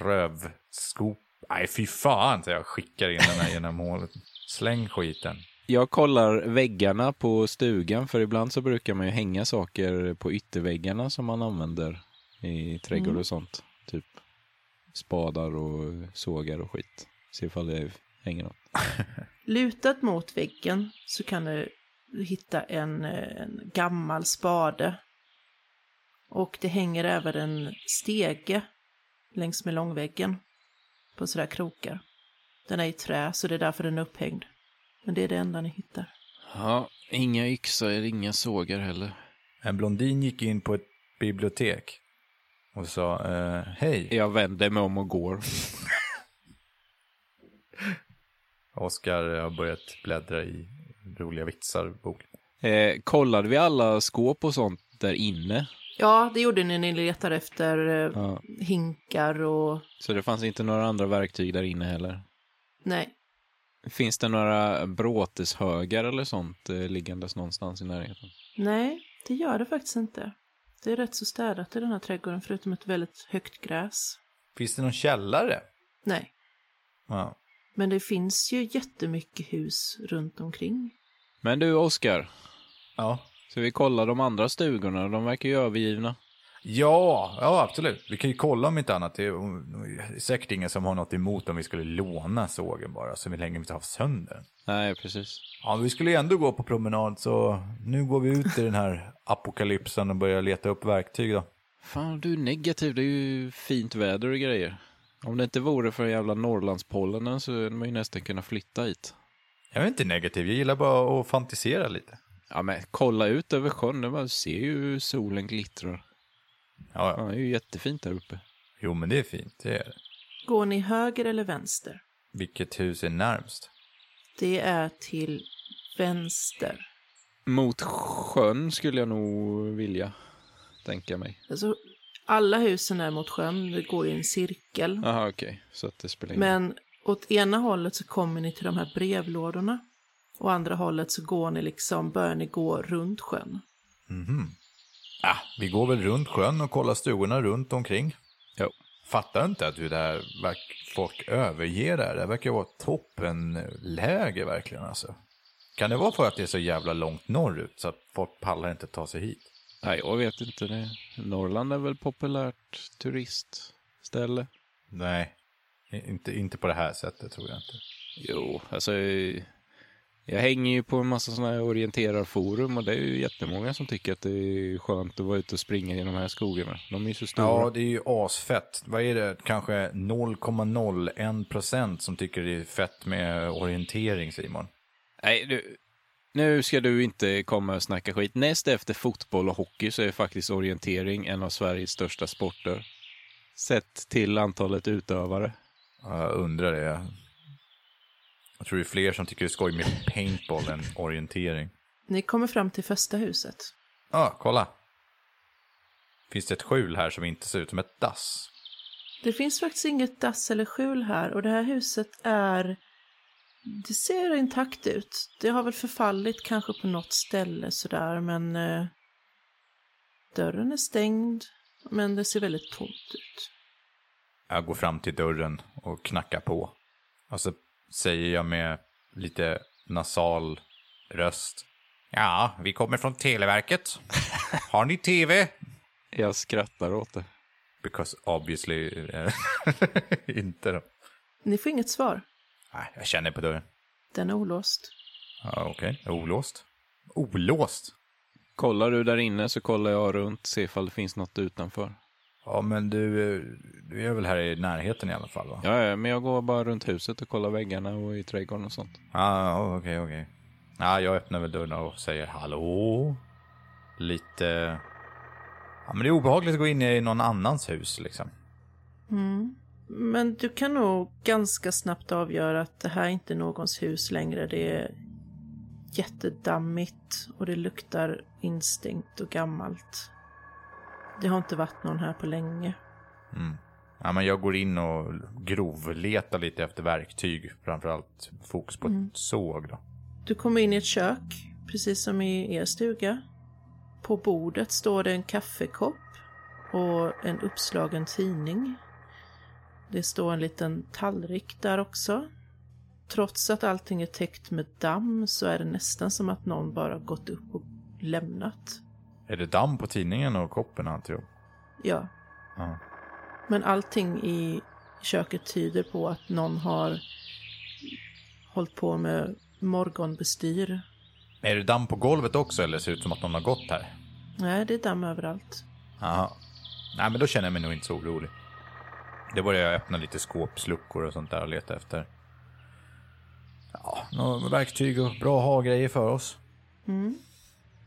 S3: Rövskop? Nej, fy fan! Så jag skickar in den här genom hålet. Släng skiten.
S2: Jag kollar väggarna på stugan för ibland så brukar man ju hänga saker på ytterväggarna som man använder i trädgård och sånt. Typ spadar och sågar och skit. Se ifall det hänger något.
S1: Lutat mot väggen så kan du hitta en, eh, en gammal spade. Och det hänger även en stege längs med långväggen på sådär krokar. Den är i trä så det är därför den är upphängd. Men det är det enda ni hittar.
S2: Ja, inga yxor, inga sågar heller.
S3: En blondin gick in på ett bibliotek och sa eh, hej.
S2: Jag vänder mig om och går.
S3: Oskar har börjat bläddra i roliga vitsar-boken.
S2: Eh, kollade vi alla skåp och sånt där inne?
S1: Ja, det gjorde ni när ni letade efter eh,
S2: Ja.
S1: hinkar och...
S2: Så det fanns inte några andra verktyg där inne heller?
S1: Nej,
S2: Finns det några bråteshögar eller sånt eh, liggandes någonstans i närheten?
S1: nej, det gör det faktiskt inte. Det är rätt så städat i den här trädgården förutom ett väldigt högt gräs.
S3: Finns det någon källare?
S1: Nej,
S3: Ja.
S1: men det finns ju jättemycket hus runt omkring.
S2: Men du, Oskar.
S3: ja.
S2: Så vi kollar de andra stugorna, de verkar ju övergivna.
S3: Ja, ja absolut. Vi kan ju kolla om inte annat. Det är säkert ingen som har något emot om vi skulle låna sågen bara, så vi länge vi inte har sönder den.
S2: Nej, precis.
S3: Ja, vi skulle ju ändå gå på promenad, så nu går vi ut i den här apokalypsen och börjar leta upp verktyg då.
S2: Fan, du är negativ. Det är ju fint väder och grejer. Om det inte vore för jävla Norrlandspollenen så hade man ju nästan kunnat flytta hit.
S3: Jag är inte negativ, jag gillar bara att fantisera lite.
S2: Ja, men kolla ut över sjön. Man ser ju hur solen glittrar.
S3: Ja,
S2: Ja,
S3: ja.
S2: det är ju jättefint där uppe.
S3: Jo, men det är fint, det är det.
S1: Går ni höger eller vänster?
S3: Vilket hus är närmst?
S1: Det är till vänster.
S2: Mot sjön skulle jag nog vilja tänka mig.
S1: Alltså, alla husen är mot sjön, det går i en cirkel.
S2: Jaha, okej. Så att det spelar ingen
S1: Men åt ena hållet så kommer ni till de här brevlådorna. Och andra hållet så går ni liksom, börjar ni gå runt sjön.
S3: Ah, vi går väl runt sjön och kollar stugorna runt omkring.
S2: Jo.
S3: Fattar inte att du där verk- folk överger det här. Det här verkar vara toppenläge verkligen alltså. Kan det vara för att det är så jävla långt norrut så att folk pallar inte ta sig hit?
S2: Nej, jag vet inte. Det. Norrland är väl populärt turistställe?
S3: Nej, i- inte, inte på det här sättet tror jag inte.
S2: Jo, alltså... Jag hänger ju på en massa sådana här orienterarforum och det är ju jättemånga som tycker att det är skönt att vara ute och springa i de här skogarna. De är ju så stora.
S3: Ja, det är ju asfett. Vad är det? Kanske 0,01 procent som tycker det är fett med orientering, Simon.
S2: Nej, du, nu ska du inte komma och snacka skit. Näst efter fotboll och hockey så är faktiskt orientering en av Sveriges största sporter. Sett till antalet utövare.
S3: Ja, jag undrar det. Jag tror det är fler som tycker det är skoj med paintball än orientering.
S1: Ni kommer fram till första huset.
S3: Ja, kolla. Finns det ett skjul här som inte ser ut som ett dass?
S1: Det finns faktiskt inget dass eller skjul här och det här huset är... Det ser intakt ut. Det har väl förfallit kanske på något ställe sådär men... Eh, dörren är stängd men det ser väldigt tomt ut.
S3: Jag går fram till dörren och knackar på. Och så säger jag med lite nasal röst. Ja, vi kommer från Televerket. Har ni TV?
S2: Jag skrattar åt det.
S3: Because obviously eh, inte då.
S1: Ni får inget svar.
S3: Nej, jag känner på dörren.
S1: Den är olåst.
S3: Ja, Okej, olåst. Olåst?
S2: Kollar du där inne så kollar jag runt, ser ifall det finns något utanför.
S3: Ja, men du, eh, du är väl här i närheten i alla fall? Va?
S2: Ja, ja, men jag går bara runt huset och kollar väggarna och i trädgården och sånt.
S3: Ah, okej, okej. Ja, jag öppnar väl dörren och säger hallå. Lite... Ja, men det är obehagligt att gå in i någon annans hus liksom.
S1: Men du kan nog ganska snabbt avgöra att det här är inte någons hus längre. Det är jättedammigt och det luktar instängt och gammalt. Det har inte varit någon här på länge.
S3: Ja, men jag går in och grovletar lite efter verktyg. Framförallt fokus på ett såg då.
S1: Du kommer in i ett kök, precis som i er stuga. På bordet står det en kaffekopp och en uppslagen tidning. Det står en liten tallrik där också. Trots att allting är täckt med damm så är det nästan som att någon bara gått upp och lämnat.
S3: Är det damm på tidningen och koppen alltihop?
S1: Ja.
S3: Ja.
S1: Men allting i köket tyder på att någon har hållit på med morgonbestyr.
S3: Är det damm på golvet också eller ser det ut som att någon har gått här?
S1: Nej, det är damm överallt.
S3: Aha. Nej, men då känner jag mig nog inte så orolig. Det börjar jag öppna lite skåpsluckor och sånt där och leta efter. Ja, några verktyg och bra ha-grejer för oss.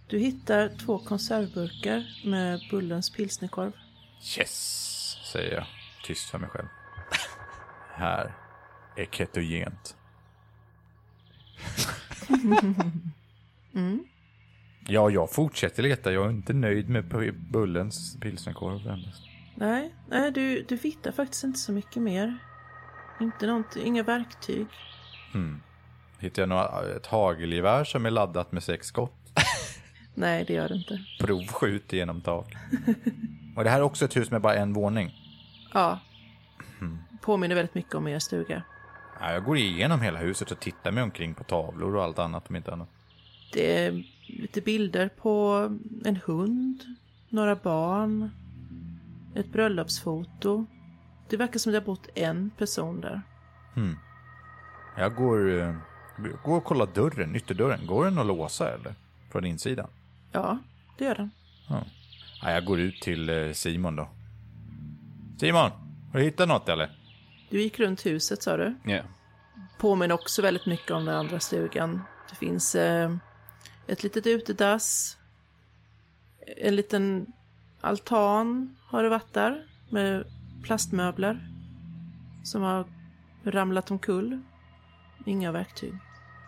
S1: Du hittar två konservburkar med Bullens pilsnerkorv.
S3: Yes, säger jag tyst för mig själv. här är ketogent. Ja, jag fortsätter leta. Jag är inte nöjd med pu- Bullens pilsnerkorv. än.
S1: Nej, nej du, du hittar faktiskt inte så mycket mer. Inte nånt, inga verktyg.
S3: Hittar jag några, ett hagelgevär som är laddat med sex skott?
S1: Nej, det gör det inte.
S3: provskjut genom tak. Och det här är också ett hus med bara en våning.
S1: Ja. Påminner väldigt mycket om er stuga.
S3: Ja, Jag går igenom hela huset och tittar mig omkring på tavlor och allt annat om inte annat.
S1: Det är lite bilder på en hund, några barn, ett bröllopsfoto. Det verkar som det har bott en person där.
S3: Hmm. Jag går, eh, går och kollar dörren, ytterdörren. Går den att låsa eller? Från insidan?
S1: Ja, det gör den.
S3: Ja. Ja, jag går ut till eh, Simon då. Simon! Har du hittat något eller?
S1: Du gick runt huset sa du.
S2: Ja.
S1: Påminner också väldigt mycket om den andra stugan. Det finns eh, ett litet utedass. En liten altan har det varit där med plastmöbler som har ramlat omkull. Inga verktyg.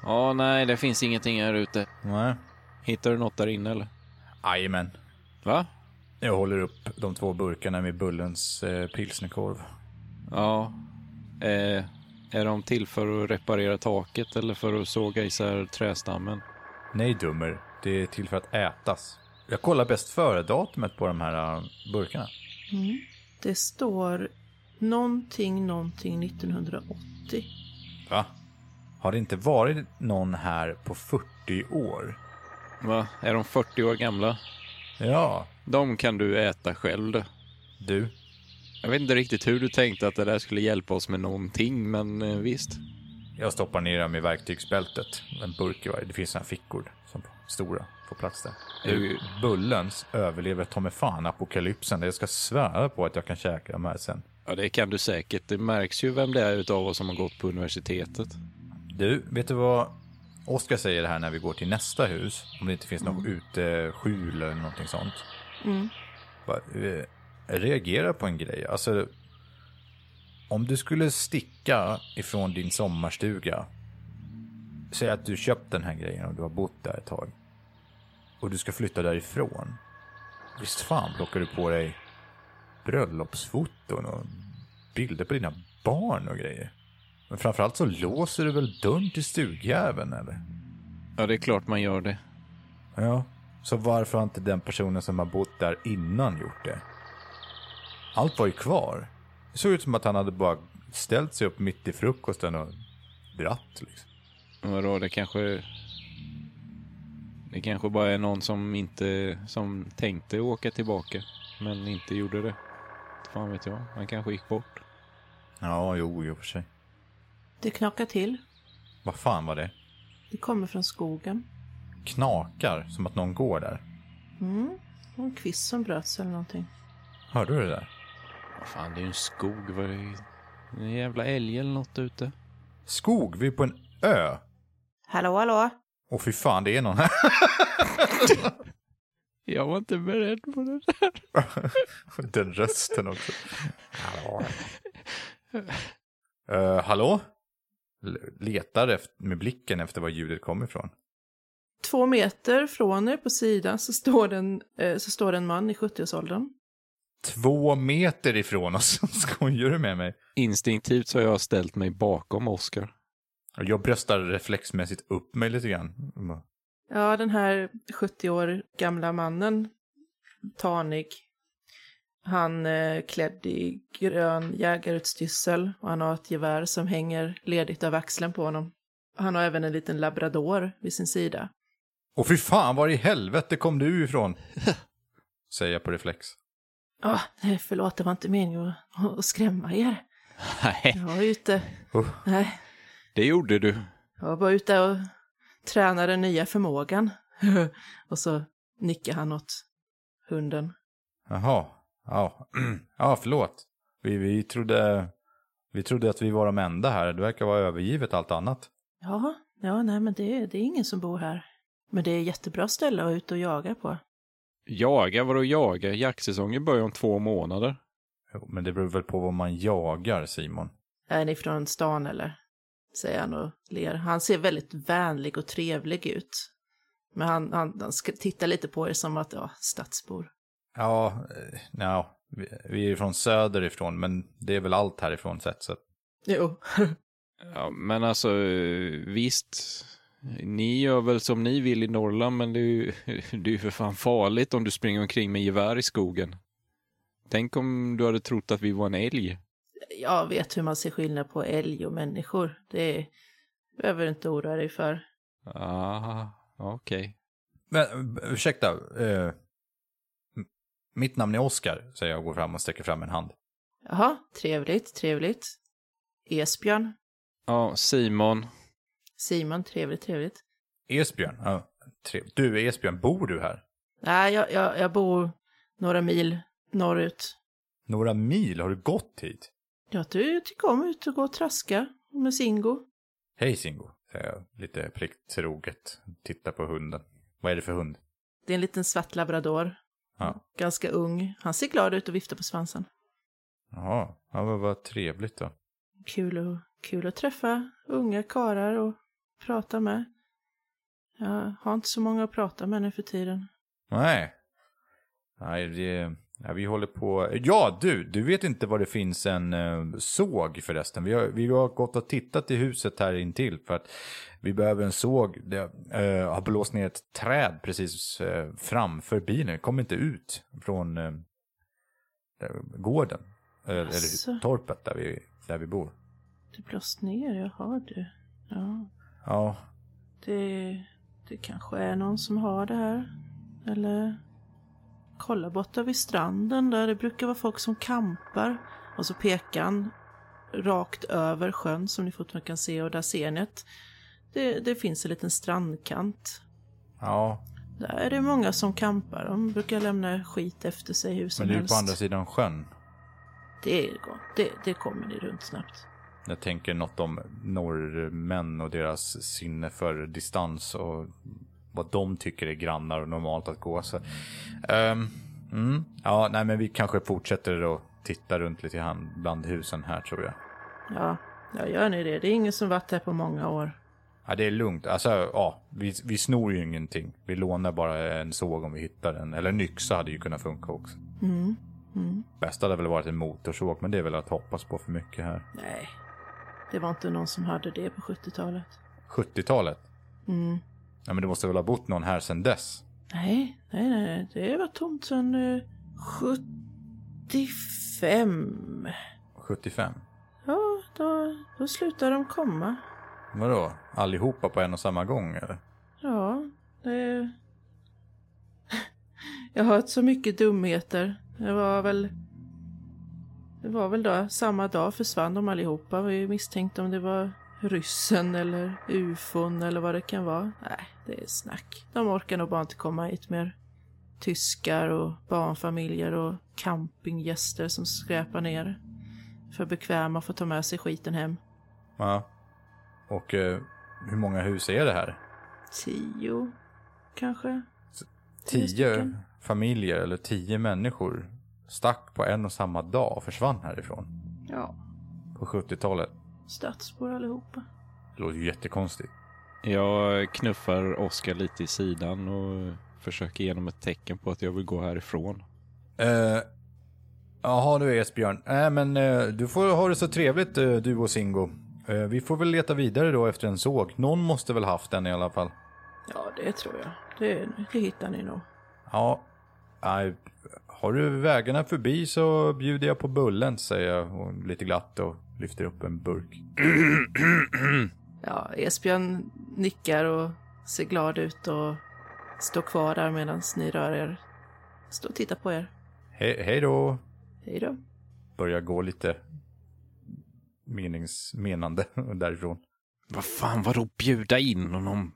S2: Ja, nej, det finns ingenting här ute.
S3: Nej.
S2: Hittar du något där inne eller?
S3: Jajamän.
S2: Va?
S3: Jag håller upp de två burkarna med Bullens eh, pilsnerkorv.
S2: Ja. Eh, är de till för att reparera taket eller för att såga isär trästammen?
S3: Nej, dummer. Det är till för att ätas. Jag kollar bäst före-datumet på de här eh, burkarna.
S1: Mm. Det står någonting, någonting 1980.
S3: Va? Har det inte varit någon här på 40 år?
S2: Va? Är de 40 år gamla?
S3: Ja,
S2: De kan du äta själv du.
S3: du.
S2: Jag vet inte riktigt hur du tänkte att det där skulle hjälpa oss med någonting, men eh, visst.
S3: Jag stoppar ner dem i verktygsbältet. En burk i varje. Det finns såna här fickor som stora får plats där. Du, Bullens överlever ta mig fan apokalypsen. Jag ska svära på att jag kan käka de här sen.
S2: Ja, det kan du säkert. Det märks ju vem det är utav oss som har gått på universitetet.
S3: Du, vet du vad Oskar säger här när vi går till nästa hus? Om det inte finns något uteskjul eller någonting sånt.
S1: Mm.
S3: Bara, eh, reagera på en grej. Alltså, om du skulle sticka ifrån din sommarstuga. Säg att du köpt den här grejen och du har bott där ett tag. Och du ska flytta därifrån. Visst fan plockar du på dig bröllopsfoton och bilder på dina barn och grejer. Men framförallt så låser du väl dörren till stugjäveln eller?
S2: Ja, det är klart man gör det.
S3: Ja. Så varför har inte den personen som har bott där innan gjort det? Allt var ju kvar. Det såg ut som att han hade bara ställt sig upp mitt i frukosten och dratt. Liksom.
S2: Vadå, det kanske... Det kanske bara är någon som inte... Som tänkte åka tillbaka, men inte gjorde det. Fan vet jag. Han kanske gick bort.
S3: Ja, jo, i och för sig.
S1: Det knakar till.
S3: Vad fan var det?
S1: Det kommer från skogen.
S3: Knakar, som att någon går där.
S1: Mm. En kvist som bröts eller någonting.
S3: Hörde du det där?
S2: Vad fan, det är ju en skog. Vad är det? det? är En jävla älg eller något ute.
S3: Skog, vi är på en ö.
S1: Hallå, hallå!
S3: Och fy fan, det är någon här.
S2: Jag var inte beredd på det där.
S3: Den rösten också. Hallå. Eh, hallå? L- letar efter, med blicken efter var ljudet kom ifrån.
S1: Två meter från er på sidan så står det en, eh, så står det en man i 70-årsåldern.
S3: två meter ifrån oss. Skojar du med mig?
S2: Instinktivt så har jag ställt mig bakom Oscar.
S3: Och Jag bröstar reflexmässigt upp mig lite grann. Mm.
S1: Ja, den här 70 år gamla mannen, tanig, han eh, klädd i grön jägarutstyrsel och han har ett gevär som hänger ledigt över axeln på honom. Han har även en liten labrador vid sin sida.
S3: Och fy fan, var i helvete kom du ifrån? Säger jag på reflex.
S1: Ah, nej, förlåt, det var inte meningen att, att skrämma er.
S2: Nej,
S1: Jag var ute,
S3: Uh,
S1: nej,
S2: det gjorde du.
S1: jag var bara ute och tränade den nya förmågan. och så nickar han åt hunden.
S3: jaha. Ja, ja förlåt. Vi, vi, trodde, vi trodde att vi var de enda här. Det verkar vara övergivet allt annat.
S1: Ja, ja, nej, men det, det är ingen som bor här. Men det är jättebra ställe att vara ute och jaga på.
S2: Jaga, vadå jaga? Jaktsäsongen börjar om två månader.
S3: Jo, Men det beror väl på vad man jagar, Simon.
S1: Är ni från stan eller? Säger han och ler. Han ser väldigt vänlig och trevlig ut. Men han, han, han sk- tittar lite på er som att, ja, stadsbor.
S3: Ja, eh, nja, vi, vi är från söder ifrån, men det är väl allt härifrån sett. Så.
S1: Jo.
S2: Ja, men alltså eh, visst. Ni gör väl som ni vill i Norrland, men det är ju, det är ju för fan farligt om du springer omkring med gevär i skogen. Tänk om du hade trott att vi var en älg.
S1: Jag vet hur man ser skillnad på älg och människor. Det är, behöver du inte oroa dig för.
S2: Ah, okej.
S3: Men, b- ursäkta. Eh, m- Mitt namn är Oskar, säger jag och går fram och sträcker fram en hand.
S1: Jaha, trevligt, trevligt. Esbjörn.
S2: Ja, Simon.
S1: Simon, trevligt, trevligt.
S3: Esbjörn, ja, trevligt. Du Esbjörn, bor du här?
S1: Nej, jag, jag, jag bor några mil norrut.
S3: Några mil, har du gått hit?
S1: Ja, du tycker om ut och gå och traska med Singo.
S3: Hej Singo, säger jag lite plikttroget. Tittar på hunden. Vad är det för hund?
S1: Det är en liten svart labrador.
S3: Ja.
S1: Ganska ung. Han ser glad ut och viftar på svansen.
S3: Jaha, ja, vad, vad trevligt då.
S1: Kul, och, kul att träffa unga karar och prata med. Jag har inte så många att prata med nu för tiden.
S3: Nej. Nej, det, ja, vi håller på... Ja, du! Du vet inte vad det finns en eh, såg förresten. Vi har, vi har gått och tittat i huset här intill för att vi behöver en såg. Det eh, har blåst ner ett träd precis eh, framför bilen. Kom inte ut från eh, där- gården. Eller,
S1: Jaså.
S3: eller torpet där vi, där vi bor.
S1: Du blåst ner, jaha du. Ja,
S3: Ja,
S1: det, det kanske är någon som har det här. Eller kolla borta vid stranden där, det brukar vara folk som kampar. Och så pekar han rakt över sjön som ni fortfarande kan se och där ser ni att det, det finns en liten strandkant.
S3: ja.
S1: Där är det många som kampar. De brukar lämna skit efter sig hur som
S3: Men det är ju
S1: helst.
S3: på andra sidan sjön.
S1: Det, är gott. det, det kommer ni runt snabbt.
S3: Jag tänker något om norrmän och deras sinne för distans och vad de tycker är grannar och normalt att gå. Så. Ehm, mm, ja, nej, men vi kanske fortsätter och titta runt lite grann bland husen här tror jag.
S1: Ja, ja, gör ni det. Det är ingen som varit här på många år.
S3: Ja, det är lugnt. Alltså, ja, vi, vi snor ju ingenting. Vi lånar bara en såg om vi hittar den. Eller en yxa hade ju kunnat funka också.
S1: Mm. Mm.
S3: Bästa hade väl varit en motorsåg, men det är väl att hoppas på för mycket här.
S1: Nej, det var inte någon som hade det på 70-talet.
S3: 70-talet?
S1: Mm.
S3: Ja, men det måste väl ha bott någon här sedan dess?
S1: Nej, nej, nej, det var tomt sedan eh, 75.
S3: 75?
S1: Ja, då, då slutade de komma.
S3: Vadå? Allihopa på en och samma gång eller?
S1: Ja, det... Jag har hört så mycket dumheter. Det var väl... Det var väl då, samma dag försvann de allihopa. Vi misstänkte om det var ryssen eller ufon eller vad det kan vara. Nej, det är snack. De orkar nog bara inte komma hit mer. Tyskar och barnfamiljer och campinggäster som skräpar ner. För bekväma för att ta med sig skiten hem.
S3: Ja. Och eh, hur många hus är det här?
S1: Tio, kanske? Tio
S3: Tio
S1: stycken.
S3: familjer eller tio människor stack på en och samma dag och försvann härifrån
S1: Ja.
S3: på 70-talet.
S1: Stadsbor allihopa.
S3: Det låter ju jättekonstigt.
S2: Jag knuffar Oskar lite i sidan och försöker genom ett tecken på att jag vill gå härifrån.
S3: Eh, Jaha du Esbjörn. Nej men eh, du får ha det så trevligt eh, du och Singo. Eh, vi får väl leta vidare då efter en såg. Någon måste väl haft den i alla fall.
S1: Ja, det tror jag. Det, det hittar ni nog.
S3: Ja. Nej, har du vägarna förbi så bjuder jag på bullen, säger jag och lite glatt och lyfter upp en burk.
S1: Ja, Esbjörn nickar och ser glad ut och står kvar där medan ni rör er. Står och tittar på er.
S3: He hej då!
S1: Hej då.
S3: Börjar gå lite meningsmenande därifrån.
S2: Vad fan, vadå bjuda in honom?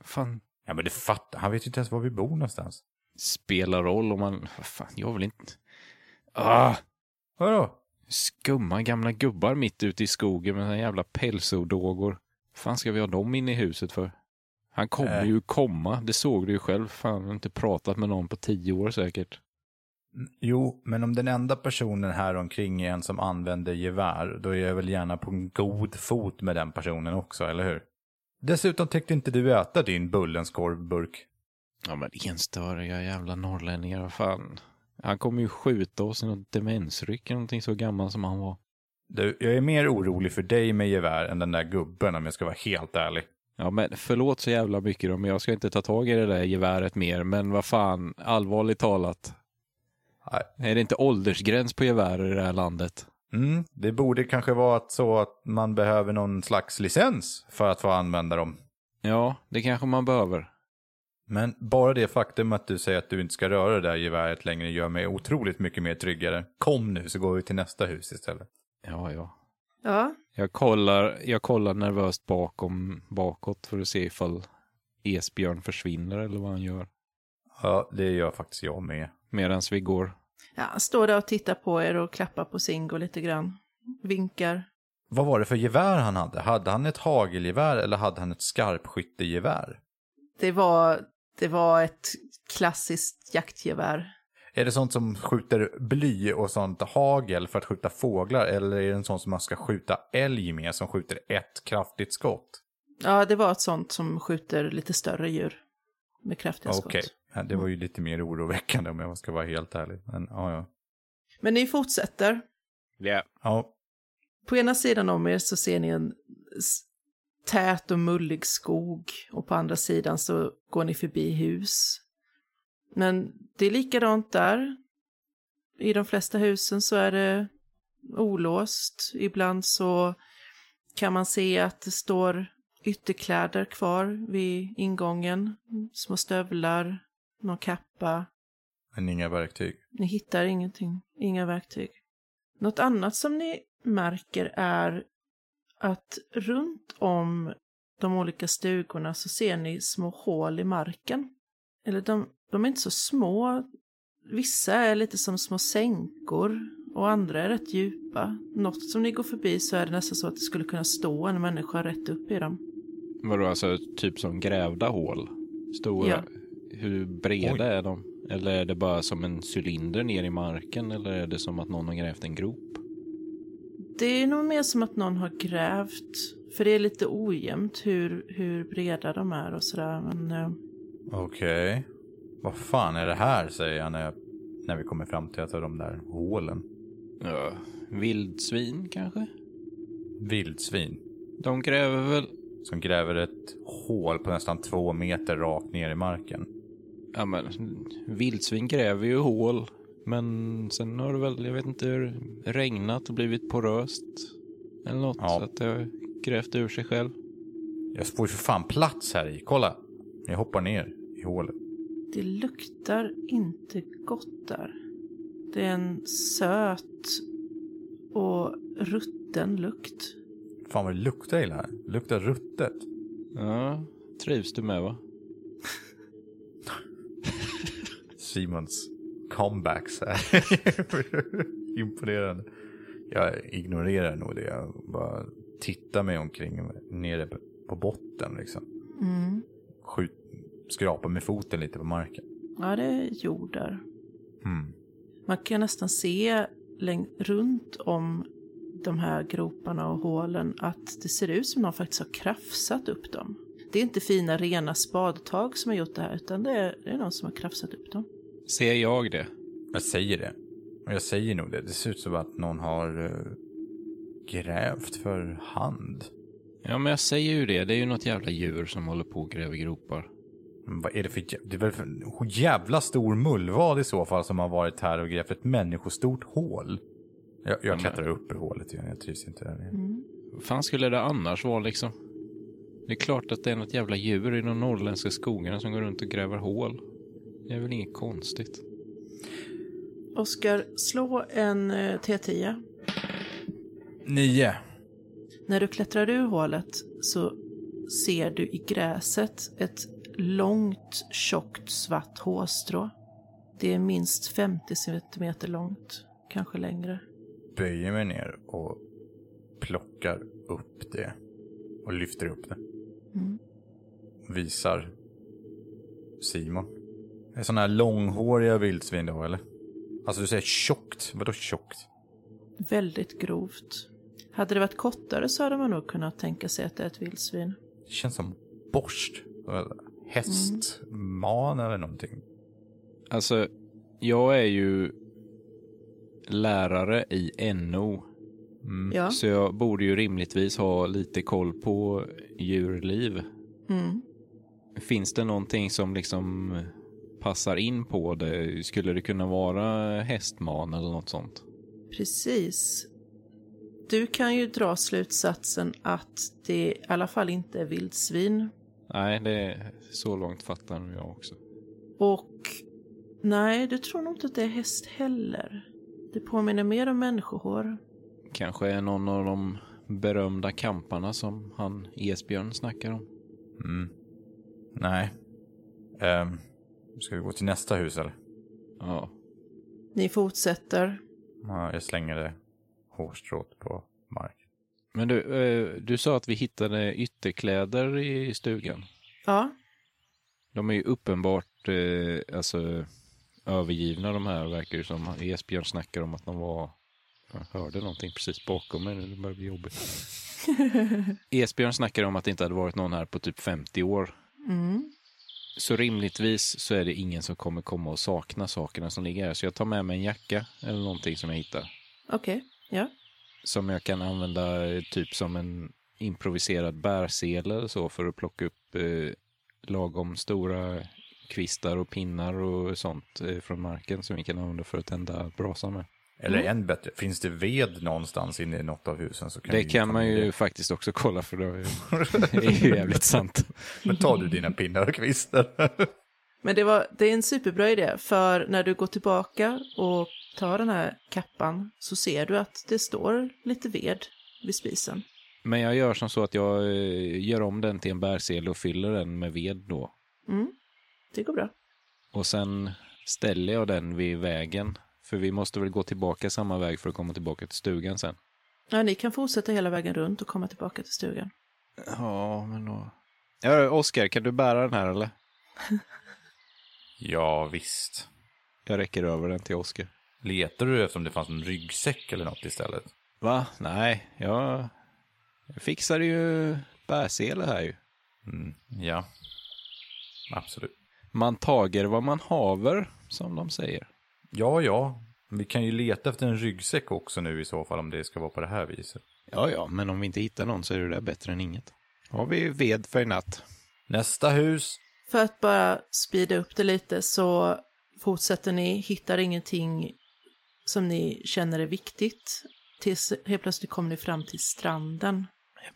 S2: Fan,
S3: Ja, men det fattar Han vet ju inte ens var vi bor någonstans.
S2: spelar roll om man... Vad fan, jag vill inte... Ah!
S3: Vadå?
S2: Skumma gamla gubbar mitt ute i skogen med såna jävla pälsodågor. fan ska vi ha dem inne i huset för? Han kommer
S3: Äh.
S2: ju komma, det såg du ju själv. Fan, jag har inte pratat med någon på tio år säkert.
S3: Jo, men om den enda personen här omkring är en som använder gevär, då är jag väl gärna på en god fot med den personen också, eller hur? Dessutom tänkte inte du äta din bullens korvburk.
S2: Ja men enstöriga jävla norrlänningar, vad fan. Han kommer ju skjuta oss i något demensryck eller någonting så gammal som han var.
S3: Du, jag är mer orolig för dig med gevär än den där gubben om jag ska vara helt ärlig.
S2: Ja men förlåt så jävla mycket då, men jag ska inte ta tag i det där geväret mer. Men vad fan, allvarligt talat. Är det inte åldersgräns på gevär i det här landet?
S3: Mm, det borde kanske vara att så att man behöver någon slags licens för att få använda dem.
S2: Ja, det kanske man behöver.
S3: Men bara det faktum att du säger att du inte ska röra det där geväret längre gör mig otroligt mycket mer tryggare. Kom nu så går vi till nästa hus istället.
S2: Ja, ja.
S1: Ja,
S2: Jag kollar, jag kollar nervöst bakom, bakåt för att se ifall Esbjörn försvinner eller vad han gör.
S3: Ja, det gör faktiskt jag med.
S2: Medan vi går.
S1: ja han står där och tittar på er och klappar på Singo lite grann. Vinkar.
S3: Vad var det för gevär han hade? Hade han ett hagelgevär eller hade han ett skarpskyttegevär?
S1: Det var, det var ett klassiskt jaktgevär.
S3: Är det sånt som skjuter bly och sånt hagel för att skjuta fåglar eller är det en sån som man ska skjuta älg med som skjuter ett kraftigt skott?
S1: Ja, det var ett sånt som skjuter lite större djur med kraftiga skott.
S3: Okej, ja, det var ju lite mer oroväckande om jag ska vara helt ärlig. Men, ja, ja.
S1: Men ni fortsätter.
S2: Ja.
S3: ja,
S1: På ena sidan om er så ser ni en s- tät och mullig skog och på andra sidan så går ni förbi hus. Men det är likadant där. I de flesta husen så är det olåst. Ibland så kan man se att det står ytterkläder kvar vid ingången. Små stövlar, någon kappa.
S3: men inga verktyg.
S1: Ni hittar ingenting, inga verktyg. Något annat som ni märker är att runt om de olika stugorna så ser ni små hål i marken. Eller de, de är inte så små. Vissa är lite som små sänkor och andra är rätt djupa. Något som ni går förbi så är det nästan så att det skulle kunna stå en människa rätt upp i dem.
S2: Vadå, alltså typ som grävda hål? Stora?
S1: Ja.
S2: Hur breda
S3: Oj.
S2: är de? Eller är det bara som en cylinder ner i marken? Eller är det som att någon har grävt en grop?
S1: Det är nog mer som att någon har grävt. För det är lite ojämnt hur, hur breda de är och sådär. Men, eh,
S3: Okej. Vad fan är det här, säger jag när, jag när vi kommer fram till ett av de där hålen.
S2: Ja. Vildsvin kanske?
S3: Vildsvin
S2: De gräver väl...
S3: som gräver ett hål på nästan två meter rakt ner i marken.
S2: Ja, men vildsvin gräver ju hål. Men sen har det väl, jag vet inte, regnat och blivit poröst. Eller något.
S3: Ja.
S2: Så att det har grävt ur sig själv.
S3: Jag får ju för fan plats här i. Kolla! Jag hoppar ner i hålet.
S1: Det luktar inte gott där. Det är en söt och rutten lukt.
S3: Fan vad det luktar illa här. Det luktar ruttet.
S2: Ja, trivs du med va?
S3: Simons comebacks här. Imponerande. Jag ignorerar nog det. Jag bara tittar mig omkring nere på botten liksom.
S1: Mm.
S3: Skjut, skrapar med foten lite på marken.
S1: Ja, det är jord där.
S3: Mm.
S1: Man kan nästan se läng- runt om de här groparna och hålen att det ser ut som någon faktiskt har krafsat upp dem. Det är inte fina rena spadtag som har gjort det här utan det är, det är någon som har krafsat upp dem.
S2: Ser jag det?
S3: Jag säger det. Och jag säger nog det. Det ser ut som att någon har eh, grävt för hand.
S2: Ja, men jag säger ju det. Det är ju något jävla djur som håller på och gräver gropar.
S3: Men Vad är det för jä- Det är väl för en jävla stor mullvad i så fall som har varit här och grävt ett människostort hål. Jag, jag klättrar upp ur hålet igen. Jag trivs inte där nere.
S1: Mm.
S2: Vad fan skulle det annars vara liksom? Det är klart att det är något jävla djur i de norrländska skogarna som går runt och gräver hål. Det är väl inget konstigt.
S1: Oskar, slå en eh, T10.
S3: Nio.
S1: När du klättrar ur hålet så ser du i gräset ett långt, tjockt, svart hårstrå. Det är minst 50 centimeter långt, kanske längre.
S3: Böjer mig ner och plockar upp det. Och lyfter upp det.
S1: Mm.
S3: Visar Simon. Det är sådana här långhåriga vildsvin då eller? Alltså du säger tjockt. Vadå tjockt?
S1: Väldigt grovt. Hade det varit kortare så hade man nog kunnat tänka sig att det är ett vildsvin.
S3: Det känns som borst.
S1: Mm.
S3: Hästman eller någonting.
S2: Alltså, jag är ju lärare i NO.
S1: Ja.
S2: Så jag borde ju rimligtvis ha lite koll på djurliv.
S1: Mm.
S2: Finns det någonting som liksom passar in på det? Skulle det kunna vara hästman eller något sånt?
S1: Precis. Du kan ju dra slutsatsen att det i alla fall inte är vildsvin.
S2: Nej, det är så långt fattar nog jag också.
S1: Och nej, du tror nog inte att det är häst heller. Det påminner mer om människohår.
S2: Kanske är någon av de berömda kamparna som han Esbjörn snackar om.
S3: Mm. Nej. Ehm, ska vi gå till nästa hus eller?
S2: Ja,
S1: Ni fortsätter.
S3: Ja, jag slänger det hårstrået på marken.
S2: Men du, eh, du sa att vi hittade ytterkläder i stugan.
S1: Ja,
S2: De är ju uppenbart eh, alltså, övergivna de här, verkar ju som. Esbjörn snackar om att de var... Jag hörde någonting precis bakom mig nu, det börjar bli jobbigt. Esbjörn snackar om att det inte hade varit någon här på typ 50 år.
S1: mm.
S2: Så rimligtvis så är det ingen som kommer komma och sakna sakerna som ligger här. Så jag tar med mig en jacka eller någonting som jag hittar.
S1: okej. Ja.
S2: Som jag kan använda eh, typ som en improviserad bärsele eller så för att plocka upp eh, lagom stora kvistar och pinnar och sånt eh, från marken som vi kan använda för att tända brasan med.
S3: Eller
S2: Mm.
S3: än bättre, finns det ved någonstans inne i något av husen så kan
S2: det
S3: vi
S2: kan
S3: ta
S2: man
S3: med
S2: ju
S3: det.
S2: faktiskt också kolla för det är ju- det är ju jävligt sant.
S3: Men tar du dina pinnar och kvistar?
S1: Men det, var, det är en superbra idé, för när du går tillbaka och tar den här kappan så ser du att det står lite ved vid spisen.
S2: Men jag gör som så att jag eh, gör om den till en bärsele och fyller den med ved då.
S1: Mm. Det går bra.
S2: Och sen ställer jag den vid vägen. För vi måste väl gå tillbaka samma väg för att komma tillbaka till stugan sen.
S1: Ja, ni kan fortsätta hela vägen runt och komma tillbaka till stugan.
S2: Ja, men då... Ja, Oskar, kan du bära den här eller?
S3: ja, visst.
S2: Jag räcker över den till Oskar.
S3: Letar du efter om det fanns en ryggsäck eller något istället?
S2: Va? Nej, jag, jag fixade ju bärsele här ju.
S3: Mm, ja, absolut.
S2: Man tager vad man haver, som de säger.
S3: Ja, ja. Vi kan ju leta efter en ryggsäck också nu i så fall om det ska vara på det här viset.
S2: Ja, ja, men om vi inte hittar någon så är det där bättre än inget. Har vi ju ved för i natt.
S3: Nästa hus.
S1: För att bara speeda upp det lite så fortsätter ni, hittar ingenting som ni känner är viktigt. Tills helt plötsligt kommer ni fram till stranden.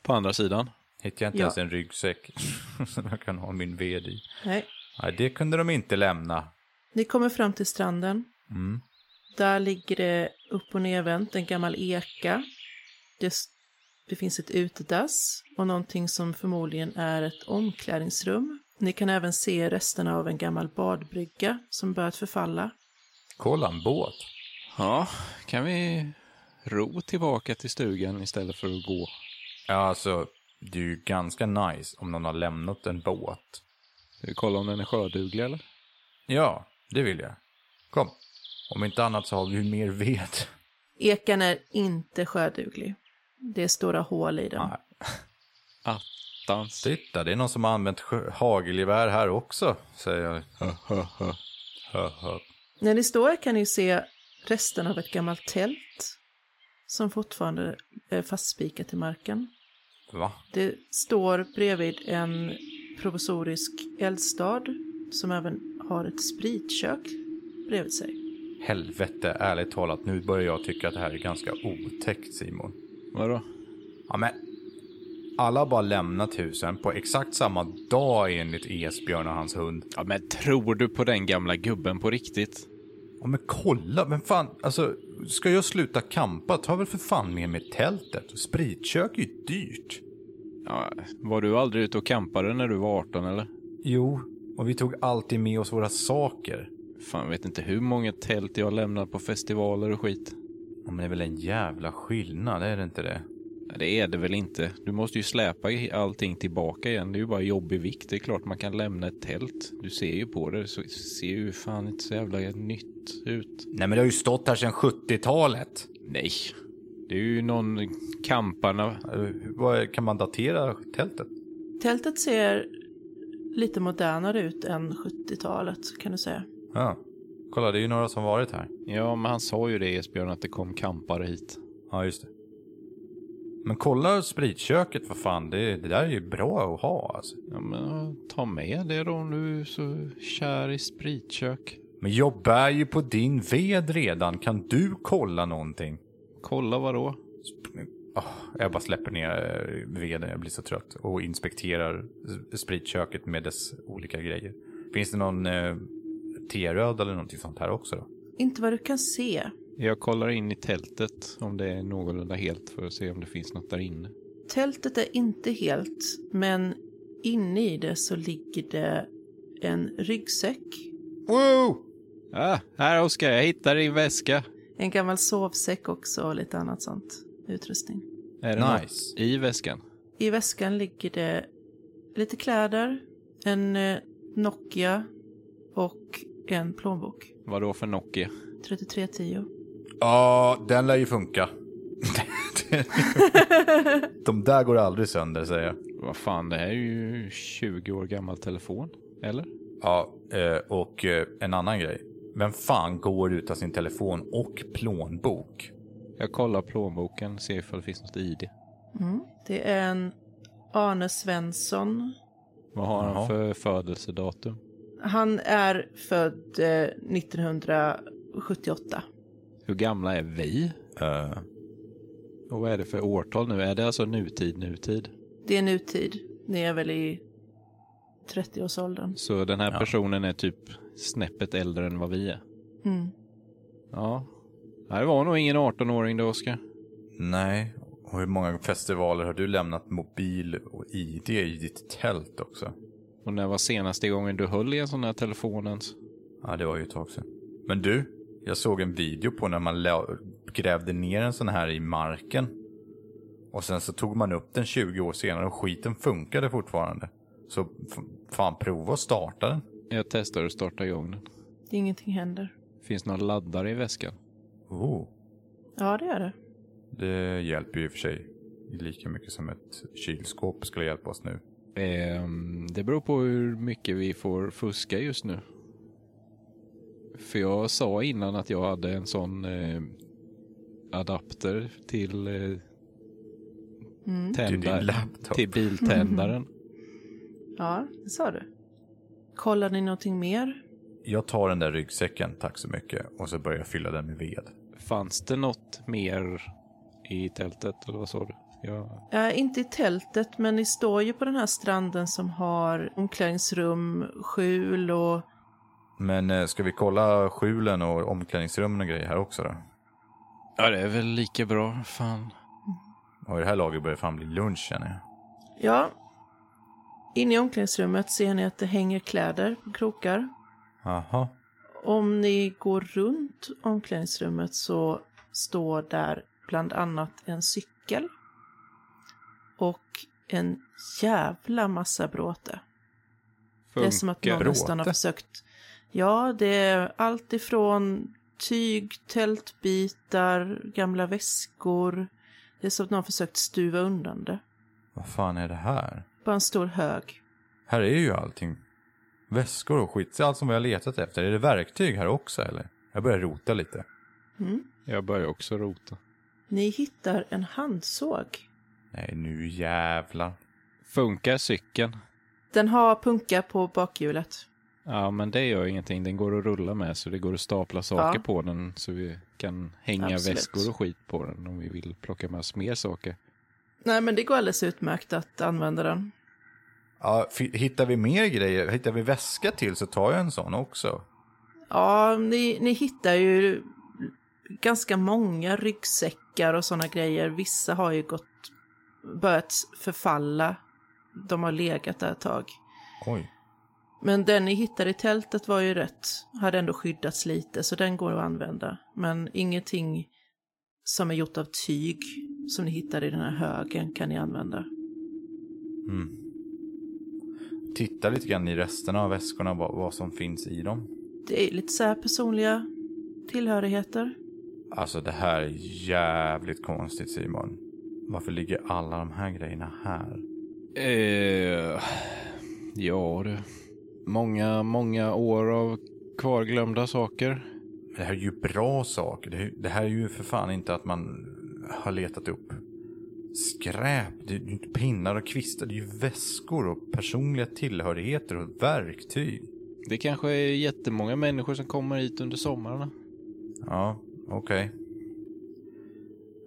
S2: På andra sidan.
S3: Hittar jag inte
S1: Ja.
S3: ens en ryggsäck som jag kan ha min ved i?
S1: Nej.
S3: Nej, det kunde de inte lämna.
S1: Ni kommer fram till stranden.
S3: Mm.
S1: Där ligger det upp och nervänt en gammal eka. Det, s- det finns ett utedass och någonting som förmodligen är ett omklädningsrum. Ni kan även se resterna av en gammal badbrygga som börjat förfalla.
S3: Kolla, en båt.
S2: Ja, kan vi ro tillbaka till stugan istället för att gå?
S3: Ja, alltså, det är ju ganska nice om någon har lämnat en båt.
S2: Ska vi kolla om den är sjöduglig eller?
S3: Ja, det vill jag. Kom. Om inte annat så har vi ju mer ved.
S1: Ekan är inte sjöduglig. Det är stora hål i den.
S3: Nej.
S2: Attans.
S3: Titta, det är någon som har använt sjö- hagelgevär här också, säger jag. Hö, hö.
S1: När ni står här kan ni se resten av ett gammalt tält som fortfarande är fastspikat i marken.
S3: Va?
S1: Det står bredvid en provisorisk eldstad som även har ett spritkök bredvid sig.
S3: Helvete, ärligt talat. Nu börjar jag tycka att det här är ganska otäckt, Simon.
S2: Vadå?
S3: Ja, men... Alla har bara lämnat husen på exakt samma dag enligt Esbjörn och hans hund.
S2: Ja, men tror du på den gamla gubben på riktigt?
S3: Ja, men kolla, men fan, alltså... Ska jag sluta kampa? Ta väl för fan med mig tältet. Spritkök är ju dyrt.
S2: Ja, var du aldrig ute och kampade när du var 18 eller?
S3: Jo, och vi tog alltid med oss våra saker.
S2: Fan, vet inte hur många tält jag lämnat på festivaler och skit.
S3: Ja, men det är väl en jävla skillnad, är det inte det?
S2: Ja, Det är det väl inte. Du måste ju släpa i- allting tillbaka igen. Det är ju bara jobbig vikt. Det är klart man kan lämna ett tält. Du ser ju på det. Så ser ju fan inte så jävla nytt ut.
S3: Nej, men det har ju stått här sedan 70-talet.
S2: Nej. Det är ju någon kamparna.
S3: Eh, Vad kan man datera tältet?
S1: Tältet ser lite modernare ut än 70-talet kan du säga.
S3: Ja. Kolla, det är ju några som varit här.
S2: Ja, men han sa ju det Esbjörn att det kom kampare hit.
S3: Ja, just det. Men kolla spritköket, vad fan. Det, det där är ju bra att ha, alltså.
S2: Ja, men ja, ta med det då om du är så kär i spritkök.
S3: Men jag bär ju på din ved redan. Kan du kolla någonting?
S2: Kolla vadå?
S3: Sp- Ah, jag bara släpper ner eh, veden, jag blir så trött. Och inspekterar s- spritköket med dess olika grejer. Finns det någon eh, teröd eller någonting sånt här också då?
S1: Inte vad du kan se.
S2: Jag kollar in i tältet om det är någorlunda helt för att se om det finns något där inne.
S1: Tältet är inte helt, men inne i det så ligger det en ryggsäck.
S3: Wow!
S2: Ah, här Oskar, jag hittar din väska.
S1: En gammal sovsäck också och lite annat sånt. Utrustning.
S2: Är det
S3: Nice.
S2: något i väskan?
S1: I väskan ligger det lite kläder, en eh, Nokia och en plånbok.
S2: Vad då för Nokia?
S1: 3310.
S3: Ja, den lär ju funka. De där går aldrig sönder säger jag.
S2: Vad fan, det här är ju 20 år gammal telefon. Eller?
S3: Ja, eh, och eh, en annan grej. Vem fan går utan sin telefon och plånbok?
S2: Jag kollar plånboken, ser ifall det finns något i det.
S1: Mm. Det är en Arne Svensson.
S2: Vad har
S3: Jaha.
S2: han för födelsedatum?
S1: Han är född eh, 1978.
S2: Hur gamla är vi?
S3: Eh,
S2: Och vad är det för årtal nu? Är det alltså nutid, nutid?
S1: Det är nutid. Ni är väl i 30-årsåldern.
S2: Så den här
S3: Ja.
S2: personen är typ snäppet äldre än vad vi är?
S1: Mm.
S2: Ja. Nej, Det var nog ingen 18-åring då, Oskar.
S3: nej. Och hur många festivaler har du lämnat mobil och ID i ditt tält också?
S2: Och när var senaste gången du höll i en sån här telefon ens?
S3: Ja, det var ju ett tag sedan. Men du, jag såg en video på när man la- grävde ner en sån här i marken. Och sen så tog man upp den 20 år senare och skiten funkade fortfarande. Så f- fan, prova att starta den.
S2: Jag testar att starta igång den.
S1: Ingenting händer.
S2: Finns några laddare i väskan?
S3: Oh.
S1: Ja, det är det.
S3: Det hjälper ju i och för sig lika mycket som ett kylskåp skulle hjälpa oss nu.
S2: Ehm, det beror på hur mycket vi får fuska just nu. För jag sa innan att jag hade en sån eh, adapter till eh,
S1: Mm.
S3: Till din
S2: tändaren.
S3: laptop.
S2: Till biltändaren.
S1: Ja, det sa du. Kollar ni någonting mer?
S3: Jag tar den där ryggsäcken, tack så mycket, och så börjar jag fylla den med ved.
S2: Fanns det något mer i tältet eller vad sa du? Ja.
S1: Eh, inte i tältet, men ni står ju på den här stranden som har omklädningsrum, skjul och...
S3: Men eh, ska vi kolla skjulen och omklädningsrummen och grejer här också då?
S2: ja, det är väl lika bra. Fan.
S3: Och i det här laget börjar fan bli lunch känner jag.
S1: Ja. Inne i omklädningsrummet ser ni att det hänger kläder på krokar.
S3: Jaha.
S1: Om ni går runt omklädningsrummet så står där bland annat en cykel och en jävla massa bråte. Det är som att någon
S2: Funkar.
S1: nästan har
S3: Bråte?
S1: försökt. Ja, det är allt ifrån tyg, tältbitar, gamla väskor. Det är som att någon har försökt stuva undan det.
S3: Vad fan är det här?
S1: Bara en stor hög.
S3: Här är ju allting. Väskor och skit. Allt som vi har letat efter. Är det verktyg här också eller? Jag börjar rota lite.
S1: Mm.
S2: Jag börjar också rota.
S1: Ni hittar en handsåg.
S3: Nej, nu jävlar.
S2: Funkar cykeln?
S1: Den har punka på bakhjulet.
S2: Ja, men det gör ingenting. Den går att rulla med så det går att stapla saker
S1: Ja.
S2: på den så vi kan hänga
S1: Absolut.
S2: väskor och skit på den om vi vill plocka med oss mer saker.
S1: Nej, men det går alldeles utmärkt att använda den.
S3: Ja, fi- hittar vi mer grejer, hittar vi väska till så tar jag en sån också.
S1: Ja, ni, ni hittar ju ganska många ryggsäckar och sådana grejer. Vissa har ju gått, börjat förfalla. De har legat där ett tag.
S3: Oj.
S1: Men den ni hittade i tältet var ju rätt, hade ändå skyddats lite, så den går att använda. Men ingenting som är gjort av tyg som ni hittade i den här högen kan ni använda.
S3: Mm. Titta lite grann i resterna av väskorna, vad, vad som finns i dem.
S1: Det är lite så här personliga tillhörigheter.
S3: Alltså det här är jävligt konstigt Simon. Varför ligger alla de här grejerna här?
S2: Eh, ja du. Många, många år av kvarglömda saker.
S3: Men Det här är ju bra saker. Det, det här är ju för fan inte att man har letat upp skräp. Det är ju inte pinnar och kvistar. Det är ju väskor och personliga tillhörigheter och verktyg.
S2: Det kanske är jättemånga människor som kommer hit under sommarna.
S3: Ja, okej.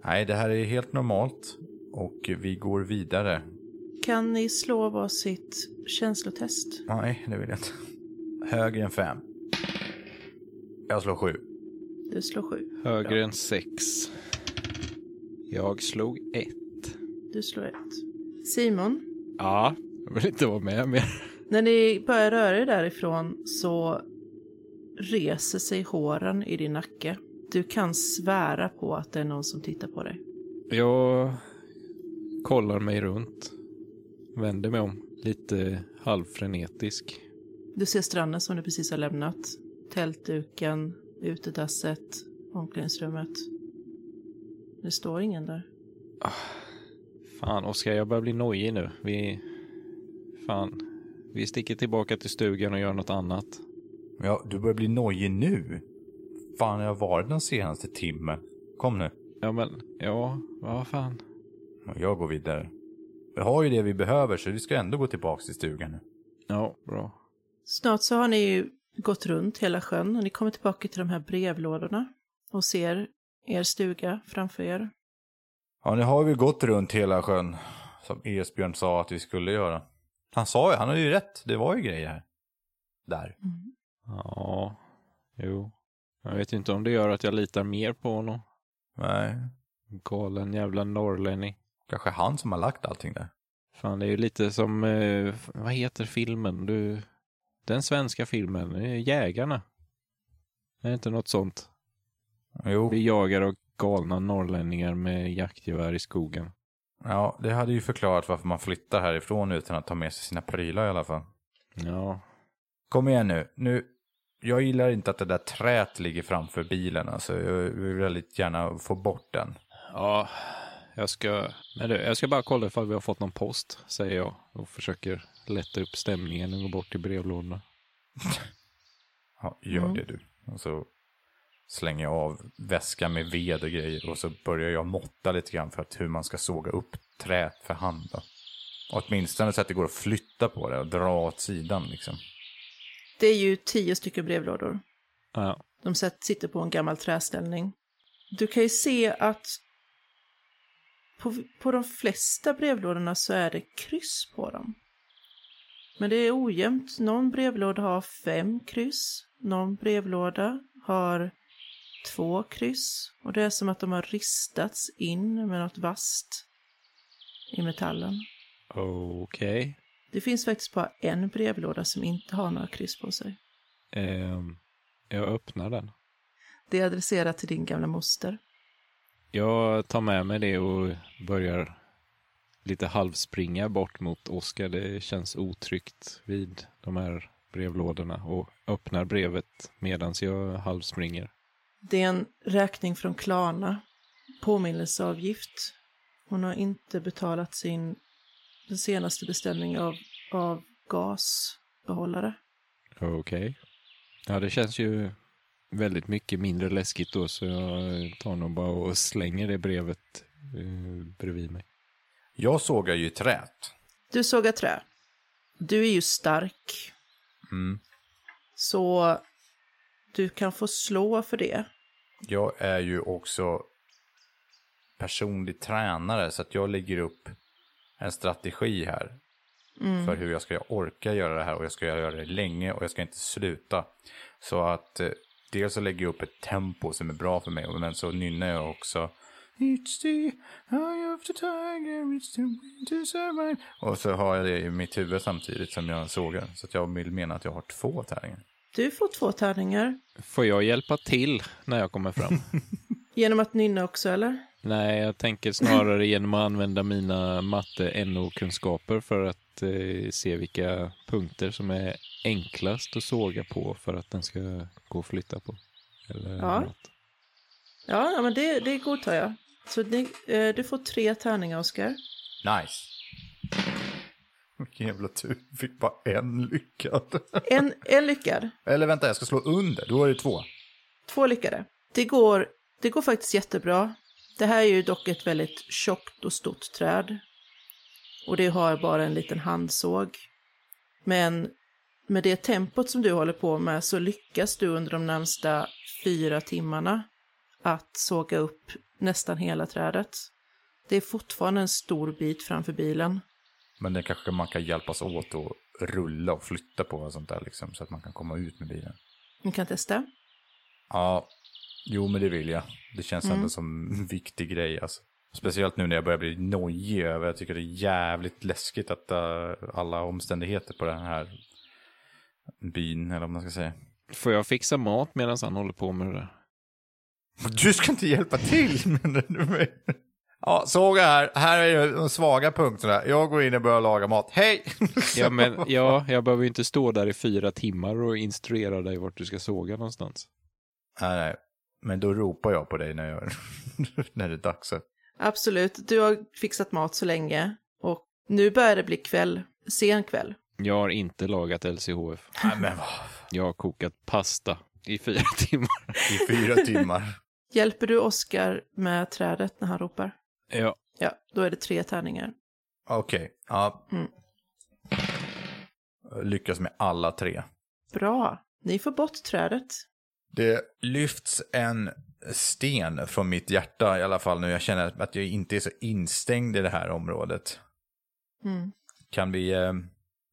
S3: Nej, det här är helt normalt. Och vi går vidare.
S1: Kan ni slå varsitt känslotest?
S3: Nej, det vill jag inte. Högre än fem. Jag slår sju.
S1: Du slår sju.
S2: Högre än sex. Jag slog ett.
S1: Du slår ett. Simon,
S2: Ja, jag vill inte vara med mer.
S1: När ni börjar röra er därifrån så reser sig håren i din nacke. Du kan svära på att det är någon som tittar på dig.
S2: Jag kollar mig runt. Vänder mig om. Lite halvfrenetisk.
S1: Du ser stranden som du precis har lämnat. Tältduken, utedasset, omklädningsrummet. Det står ingen där.
S2: Fan, Oskar, jag börjar bli nojig nu. Vi... Fan. Vi sticker tillbaka till stugan och gör något annat.
S3: Ja, du börjar bli nojig nu. Fan, jag har varit den senaste timmen. Kom nu.
S2: Ja, men... Ja, vad fan.
S3: Och Jag går vidare. Vi har ju det vi behöver, så vi ska ändå gå tillbaks till stugan nu.
S2: Ja, bra.
S1: Snart så har ni ju gått runt hela sjön och ni kommer tillbaka till de här brevlådorna och ser er stuga framför er.
S3: Ja, nu har vi gått runt hela sjön. Som Esbjörn sa att vi skulle göra. Han sa ju, han hade ju rätt. Det var ju grejer här. Där.
S2: Ja, jo. Jag vet ju inte om det gör att jag litar mer på honom.
S3: Nej,
S2: Galen jävla norrlänning.
S3: kanske han som har lagt allting där.
S2: Fan, det är ju lite som, eh, vad heter filmen? Du, den svenska filmen, eh, Jägarna. Är det inte något sånt?
S3: Jo,
S2: Vi jagar och galna norrlänningar med jaktgevär i skogen.
S3: ja, det hade ju förklarat varför man flyttar härifrån utan att ta med sig sina prylar i alla fall.
S2: Ja,
S3: Kom igen nu. nu. Jag gillar inte att det där träet ligger framför bilen. Alltså. Jag vill väldigt gärna få bort den.
S2: ja, jag ska, men du, jag ska bara kolla ifall vi har fått någon post, säger jag och försöker lätta upp stämningen och gå bort till brevlådorna.
S3: Ja, gör det du. Och så slänger jag av väskan med ved och grejer och så börjar jag måtta lite grann för att hur man ska såga upp träet för hand. Då. Åtminstone så att det går att flytta på det och dra åt sidan liksom.
S1: Det är ju tio stycken brevlådor.
S2: Ja,
S1: De sätt- sitter på en gammal träställning. Du kan ju se att på, på de flesta brevlådorna så är det kryss på dem. Men det är ojämnt. Någon brevlåda har fem kryss. Någon brevlåda har två kryss. Och det är som att de har ristats in med något vasst i metallen.
S2: okej.
S1: Det finns faktiskt bara en brevlåda som inte har några kryss på sig.
S2: Ehm, jag öppnar den.
S1: Det är adresserat till din gamla moster.
S2: Jag tar med mig det och börjar lite halvspringa bort mot Oskar. Det känns otryggt vid de här brevlådorna och öppnar brevet medan jag halvspringer.
S1: Det är en räkning från Klarna. Påminnelseavgift. Hon har inte betalat sin den senaste beställningen av, av gasbehållare.
S2: Okej. Ja, det känns ju väldigt mycket mindre läskigt då så jag tar nog bara och slänger det brevet eh, bredvid mig.
S3: Jag sågar ju träet.
S1: Du sågar trä. Du är ju stark.
S3: Mm.
S1: Så du kan få slå för det.
S3: Jag är ju också personlig tränare så att jag lägger upp en strategi här. För hur jag ska orka göra det här och jag ska göra det länge och jag ska inte sluta. Så att eh, dels så lägger jag upp ett tempo som är bra för mig men så nynnar jag också It's the eye of the tiger, it's the way to survive. Och så har jag det i mitt huvud samtidigt som jag sågar. Så att jag vill mena att jag har två tärningar.
S1: Du får två tärningar.
S2: Får jag hjälpa till när jag kommer fram?
S1: Genom att nynna också, eller?
S2: Nej, jag tänker snarare genom att använda mina matte-NO-kunskaper för att eh, se vilka punkter som är enklast att såga på för att den ska gå att flytta på. Eller
S1: Ja.
S2: något.
S1: Ja, ja, men det, det godtar jag. Så ni, eh, du får tre tärningar, Oskar.
S3: Nice. Vilken jävla tur. Jag Fick bara en lyckad.
S1: En, en lyckad.
S3: Eller vänta, jag ska slå under. Då är det två.
S1: Två lyckade. Det går, det går faktiskt jättebra. Det här är ju dock ett väldigt tjockt och stort träd. Och det har bara en liten handsåg. Men med det tempot som du håller på med så lyckas du under de närmsta fyra timmarna att såga upp nästan hela trädet. Det är fortfarande en stor bit framför bilen.
S3: Men det kanske man kan hjälpas åt att rulla och flytta på och sånt där liksom, så att man kan komma ut med bilen.
S1: Ni kan testa.
S3: Ja, jo men det vill jag. Det känns ändå som en viktig grej alltså. Speciellt nu när jag börjar bli nojig över, jag tycker det är jävligt läskigt att eh, alla omständigheter på den här byn, eller vad man ska säga.
S2: Får jag fixa mat medan han håller på med det där?
S3: Du ska inte hjälpa till! menar du mig? ja, såga här, här är ju de svaga punkterna. Jag går in och börjar laga mat. Hej!
S2: Ja, men, ja, jag behöver ju inte stå där i fyra timmar och instruera dig vart du ska såga någonstans.
S3: Nej, nej. Men då ropar jag på dig när, jag, när det är dags.
S1: Absolut, du har fixat mat så länge och nu börjar det bli kväll, sen kväll.
S2: Jag har inte lagat LCHF.
S3: Nej, men vad?
S2: Jag har kokat pasta i fyra timmar.
S3: I fyra timmar.
S1: Hjälper du Oskar med trädet när han ropar?
S2: Ja.
S1: Ja, då är det tre tärningar.
S3: Okej, ja.
S1: Mm.
S3: Lyckas med alla tre.
S1: Bra, ni får bort trädet.
S3: Det lyfts en sten från mitt hjärta i alla fall nu. Jag känner att jag inte är så instängd i det här området.
S1: Mm.
S3: Kan vi, eh,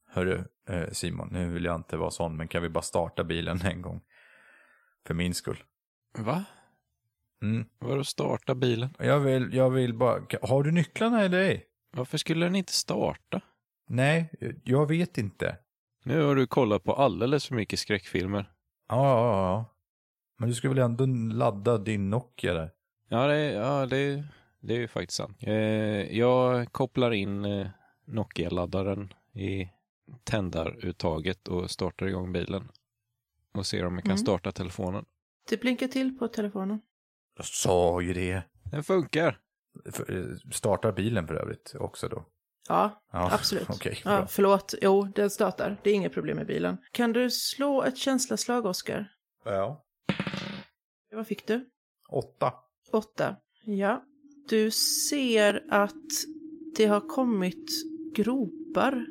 S3: hörru eh, Simon, nu vill jag inte vara sån, men kan vi bara starta bilen en gång? För min skull.
S2: Va?
S3: Mm.
S2: Vadå starta bilen?
S3: Jag vill, jag vill bara, har du nycklarna i dig?
S2: Varför skulle den inte starta?
S3: Nej, jag vet inte.
S2: Nu har du kollat på alldeles för mycket skräckfilmer.
S3: Ja, ja, ja. Men du ska väl ändå ladda din Nokia där?
S2: Ja, det, ja, det, det är ju faktiskt sant. Eh, jag kopplar in eh, Nokia-laddaren i tändaruttaget och startar igång bilen. Och ser om jag kan
S1: Mm.
S2: starta telefonen.
S1: Det blinkar till på telefonen.
S3: Jag sa ju det.
S2: Den funkar!
S3: För, eh, Startar bilen för övrigt också då?
S1: Ja,
S3: Ja,
S1: absolut.
S3: okej,
S1: ja,
S3: bra.
S1: förlåt, jo, den startar. Det är inget problem med bilen. Kan du slå ett känslaslag, Oskar?
S3: Ja.
S1: Vad fick du?
S3: Åtta.
S1: Åtta. Ja. Du ser att det har kommit gropar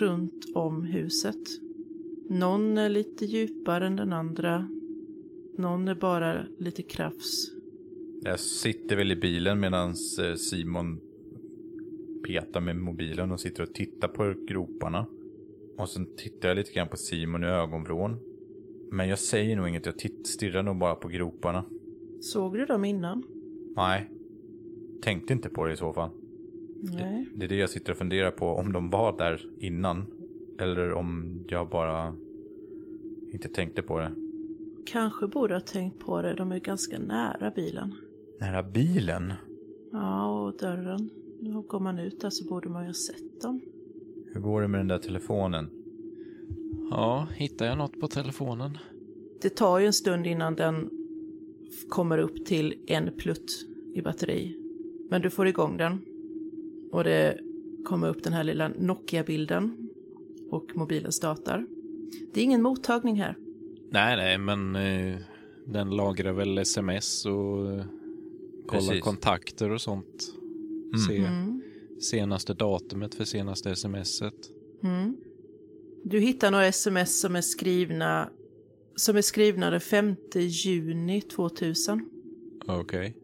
S1: runt om huset. Någon är lite djupare än den andra. Någon är bara lite krafs.
S3: Jag sitter väl i bilen medan Simon petar med mobilen och sitter och tittar på groparna. Och sen tittar jag lite grann på Simon i ögonvrån. Men jag säger nog inget, jag titt- stirrar nog bara på groparna.
S1: Såg du dem innan?
S3: Nej. Tänkte inte på det i så fall.
S1: Nej.
S3: Det är det jag sitter och funderar på, om de var där innan. Eller om jag bara inte tänkte på det.
S1: Kanske borde ha tänkt på det. De är ganska nära bilen.
S3: Nära bilen?
S1: Ja, och dörren. Nu går man ut där så borde man ju ha sett dem.
S3: Hur går det med den där telefonen?
S2: Ja, hittar jag något på telefonen?
S1: Det tar ju en stund innan den f- kommer upp till en plutt i batteri. Men du får igång den. Och det kommer upp den här lilla Nokia-bilden. Och mobilen startar. Det är ingen mottagning här.
S2: Nej, nej, men eh, den lagrar väl sms och eh, kollar
S3: Precis.
S2: kontakter och sånt. Se
S1: Mm.
S2: senaste datumet för senaste smset.
S1: Mm. Du hittar några sms som är skrivna som är skrivna den 5 juni 2000.
S2: Okej.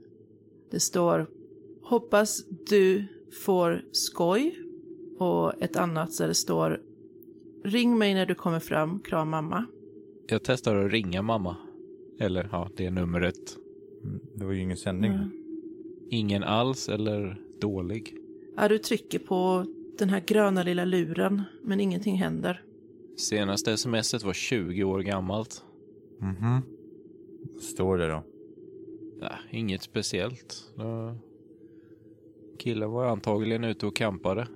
S1: Det står Hoppas du får skoj. Och ett annat där det står Ring mig när du kommer fram, kram mamma.
S2: Jag testar att ringa mamma. Eller ja, det är numret.
S3: Mm, Det var ju ingen sändning.
S2: Ingen alls eller dålig.
S1: Ja, du trycker på den här gröna lilla luren, men ingenting händer.
S2: Senaste smset var 20 år gammalt.
S3: Mhm. Vad Står det då?
S2: Nä, inget speciellt. Äh, Killen var antagligen ute och kampade.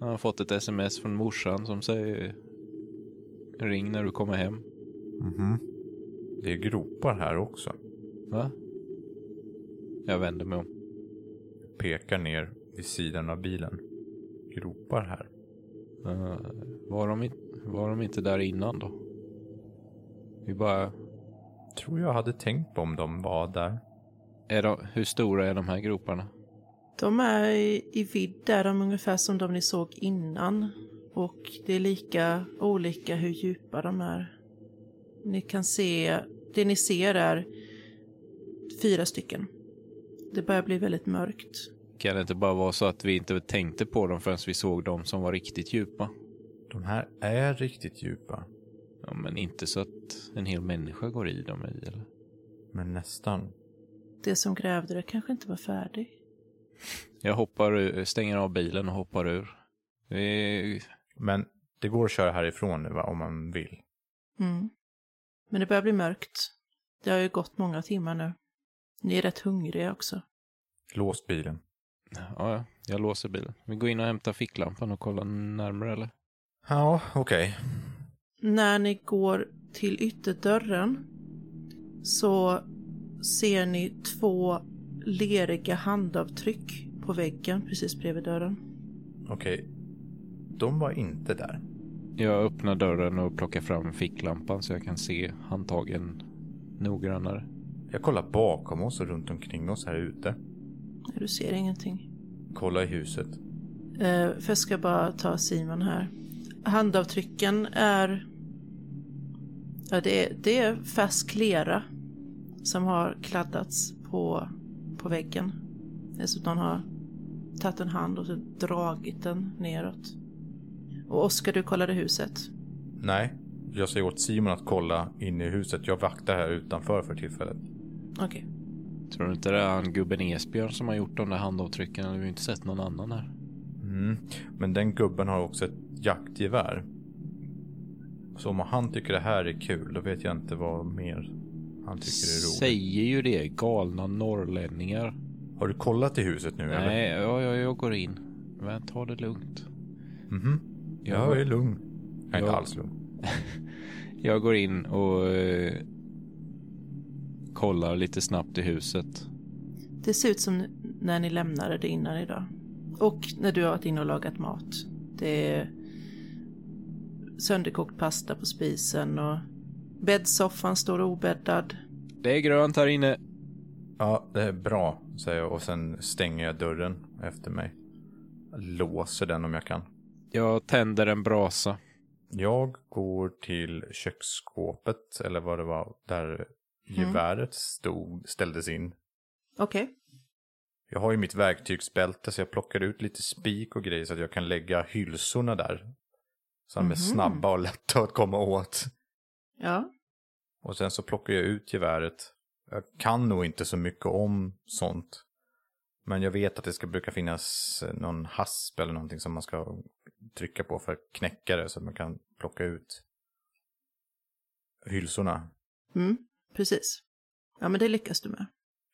S2: Han har fått ett sms från morsan som säger Ring när du kommer hem.
S3: Mhm. Det är gropar här också.
S2: Va? Jag vänder mig om.
S3: Pekar ner vid sidan av bilen. Gropar här.
S2: Äh, var, de, i- var de inte där innan då? Vi bara...
S3: Tror jag hade tänkt på om de var där.
S2: Är de, hur stora är de här groparna?
S1: De är i- i vidd där, de är ungefär som de ni såg innan. Och det är lika olika hur djupa de är. Ni kan se, det ni ser är fyra stycken. Det börjar bli väldigt mörkt.
S2: Kan det inte bara vara så att vi inte tänkte på dem förrän vi såg dem som var riktigt djupa?
S3: De här är riktigt djupa.
S2: Ja, men inte så att en hel människa går i dem i, eller?
S3: Men nästan.
S1: Det som grävde det kanske inte var färdig.
S2: Jag hoppar ur, stänger av bilen och hoppar ur. Vi-
S3: Men det går att köra härifrån nu va, om man vill.
S1: Mm. Men det börjar bli mörkt. Det har ju gått många timmar nu. Ni är rätt hungriga också.
S3: Lås bilen.
S2: Ja, ja, jag låser bilen. Vi går in och hämtar ficklampan och kollar närmare, eller?
S3: Ja, okej.
S1: När ni går till ytterdörren så ser ni två leriga handavtryck på väggen precis bredvid dörren.
S3: Okej. De var inte där.
S2: Jag öppnar dörren och plockar fram ficklampan så jag kan se handtagen noggrannare.
S3: Jag kollar bakom oss och runt omkring oss här ute.
S1: Du ser ingenting.
S3: Kolla i huset.
S1: Eh, för jag ska bara ta Simon här. Handavtrycken är... Ja, det är, det är färsk lera som har kladdats på, på väggen. Det är som att någon har tagit en hand och så dragit den neråt. Och Oskar, du kollade huset.
S3: Nej, jag säger åt Simon att kolla in i huset. Jag vaktar här utanför för tillfället.
S1: Okej.
S2: Tror du inte det är han gubben Esbjörn som har gjort de där handavtrycken? Vi har ju inte sett någon annan här.
S3: Mm. Men den gubben har också ett jaktgevär. Så om han tycker det här är kul, då vet jag inte vad mer han tycker är roligt.
S2: Säger ju det, galna norrlänningar.
S3: Har du kollat i huset nu eller?
S2: Nej, ja, ja, jag går in. Men ta det lugnt.
S3: Mhm.
S2: Jag,
S3: Jag är lugn. Jag är
S2: Ja.
S3: inte alls lugn.
S2: jag går in och eh, kollar lite snabbt i huset.
S1: Det ser ut som när ni lämnade det innan idag. Och när du har varit inne och lagat mat. Det är sönderkokt pasta på spisen och bäddsoffan står obäddad.
S2: Det är grönt här inne.
S3: Ja, det är bra, säger jag och sen stänger jag dörren efter mig. Låser den om jag kan.
S2: Jag tänder en brasa.
S3: Jag går till köksskåpet, eller vad det var, där geväret stod, ställdes in.
S1: Okej.
S3: Jag har ju mitt verktygsbälte så jag plockar ut lite spik och grejer så att jag kan lägga hylsorna där. Så de är
S1: Mhm.
S3: snabba och lätta att komma åt.
S1: Ja.
S3: Och sen så plockar jag ut geväret. Jag kan nog inte så mycket om sånt. Men jag vet att det ska brukar finnas eh, någon hasp eller någonting som man ska trycka på för att knäcka det så att man kan plocka ut hylsorna.
S1: Mm, precis. Ja, men det lyckas du med.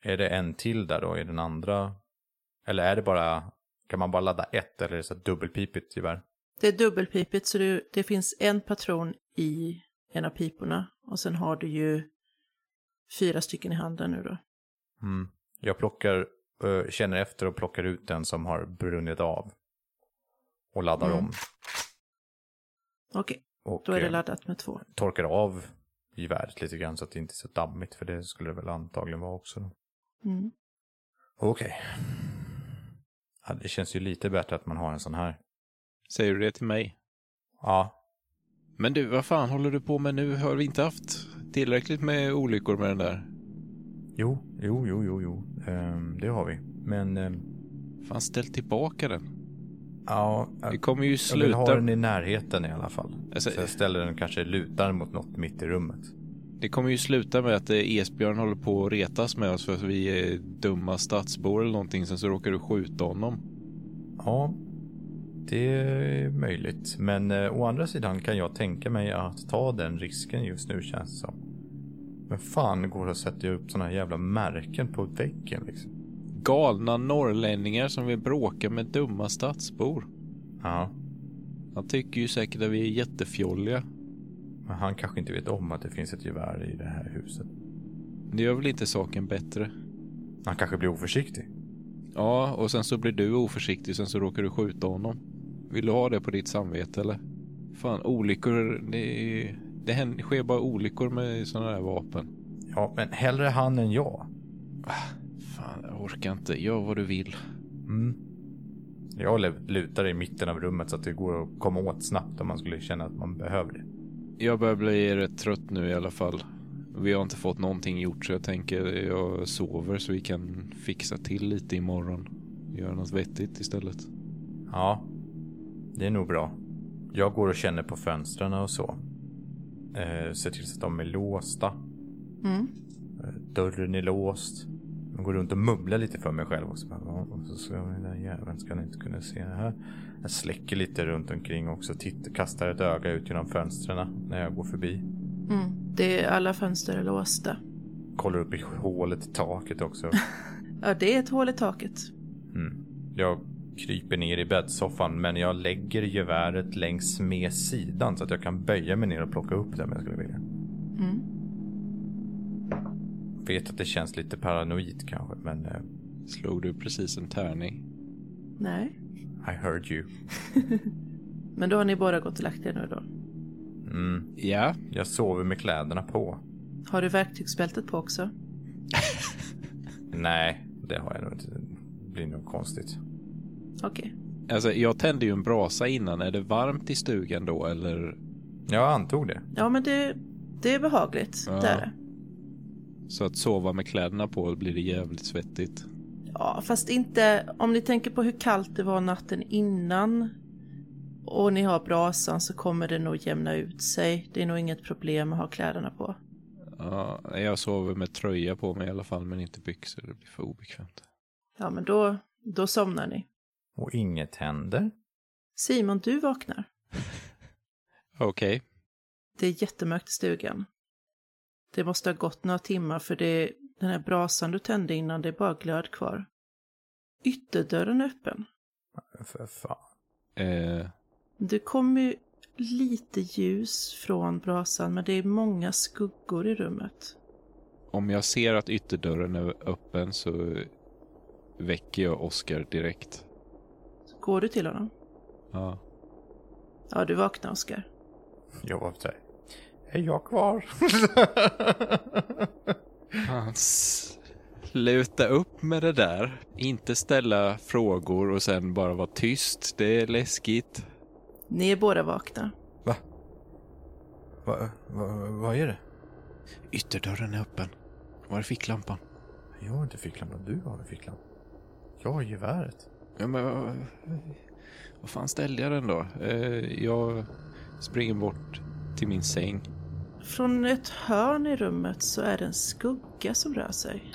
S3: Är det en till där då i den andra? Eller är det bara, kan man bara ladda ett eller är det så här dubbelpipigt gevär?
S1: Det är dubbelpipigt så du, det finns en patron i en av piporna och sen har du ju fyra stycken i handen nu då.
S3: Mm. Jag plockar, eh, känner efter och plockar ut den som har brunnit av. Och laddar
S1: Mm.
S3: om.
S1: Okej,
S3: Och,
S1: då är det
S3: eh,
S1: laddat med två.
S3: torkar av geväret lite grann så att det inte är så dammigt, för det skulle det väl antagligen vara också. då.
S1: Mm.
S3: Okej. Ja, det känns ju lite bättre att man har en sån här.
S2: Säger du det till mig?
S3: Ja,
S2: Men du, vad fan håller du på med nu? Har vi inte haft tillräckligt med olyckor med den där?
S3: jo, jo, jo, jo, jo. Ehm, det har vi. Men, ehm,
S2: Fan, ställ tillbaka den.
S3: ja,
S2: Vi
S3: jag,
S2: kommer ju
S3: jag vill ha
S2: sluta...
S3: den i närheten i alla fall.
S2: Alltså,
S3: Så jag ställer den kanske lutar mot något mitt i rummet.
S2: det kommer ju sluta med att eh, Esbjörn håller på att retas med oss för att vi är dumma stadsbor eller någonting. Sen så råkar du skjuta honom.
S3: Ja, det är möjligt. Men eh, å andra sidan kan jag tänka mig att ta den risken just nu känns det som. Men fan går det att sätta upp såna här jävla märken på väggen liksom?
S2: Galna norrlänningar som vill bråka med dumma stadsbor.
S3: Ja,
S2: Han tycker ju säkert att vi är jättefjolliga.
S3: men han kanske inte vet om att det finns ett gevär i det här huset.
S2: Det gör väl inte saken bättre?
S3: Han kanske blir oförsiktig.
S2: Ja, och sen så blir du oförsiktig, sen så råkar du skjuta honom. Vill du ha det på ditt samvete eller? Fan, olyckor, det, är- det händer, sker bara olyckor med sådana här vapen.
S3: Ja, men hellre han än jag.
S2: Fan, jag orkar inte. Gör vad du vill.
S3: Mm. Jag lu- lutar i mitten av rummet så att det går att komma åt snabbt om man skulle känna att man behöver det.
S2: Jag börjar bli rätt trött nu i alla fall. Vi har inte fått någonting gjort så jag tänker jag sover så vi kan fixa till lite imorgon. Göra något vettigt istället.
S3: Ja, det är nog bra. Jag går och känner på fönstren och så. Eh, ser till så att de är låsta.
S1: Mm.
S3: Dörren är låst. Jag går runt och mubblar lite för mig själv också. Bara, "Ja, Och så ska den där jäveln ska ni inte kunna se det här. Jag släcker lite runt omkring också. Titt, kastar ett öga ut genom fönstren när jag går förbi.
S1: Mm. Det är alla fönster är låsta.
S3: Kollar upp i hålet i taket också.
S1: Ja, det är ett hål i taket.
S3: Mm. Jag kryper ner i bäddsoffan men jag lägger geväret längs med sidan så att jag kan böja mig ner och plocka upp det om jag skulle vilja.
S1: Mm.
S3: Vet att det känns lite paranoid kanske men eh,
S2: Slog du precis en tärning?
S1: Nej.
S3: I heard you.
S1: Men då har ni båda gått och lagt er nu då.
S3: Mm.
S2: Ja.
S3: Jag sover med kläderna på.
S1: Har du verktygsbältet på också?
S3: Nej, det har jag nog inte. Det blir nog konstigt.
S1: Okej.
S2: Alltså jag tände ju en brasa innan. Är det varmt i stugan då eller?
S3: Jag antog det.
S1: Ja, men det, det är behagligt.
S2: Ja.
S1: Det är det.
S2: Så att sova med kläderna på blir det jävligt svettigt.
S1: Ja, fast inte... Om ni tänker på hur kallt det var natten innan och ni har brasan så kommer det nog jämna ut sig. Det är nog inget problem att ha kläderna på.
S2: Ja, jag sover med tröja på mig i alla fall men inte byxor. Det blir för obekvämt.
S1: Ja, men då, då somnar ni.
S3: Och inget händer.
S1: Simon, du vaknar.
S2: Okej.
S1: Det är jättemörkt i stugan. Det måste ha gått några timmar för det, den här brasan du tände innan, det är bara glöd kvar. Ytterdörren är öppen.
S3: För fan.
S2: Eh,
S1: Det kommer ju lite ljus från brasan men det är många skuggor i rummet.
S2: om jag ser att ytterdörren är öppen så väcker jag Oskar direkt.
S1: Går du till honom?
S2: Ja.
S1: Ja, du vaknar Oskar.
S3: Jag var så här. Är jag kvar?
S2: Fan, Sluta upp med det där. Inte ställa frågor och sen bara vara tyst. Det är läskigt.
S1: Ni är båda vakna.
S3: Va? Va, va? Vad är det?
S2: Ytterdörren är öppen. Var är ficklampan?
S3: Jag har inte ficklampan. Du har väl ficklampan? Jag har geväret.
S2: Ja, men, vad- vad fan ställde jag den då? Eh, jag springer bort till min säng.
S1: Från ett hörn i rummet så är det en skugga som rör sig.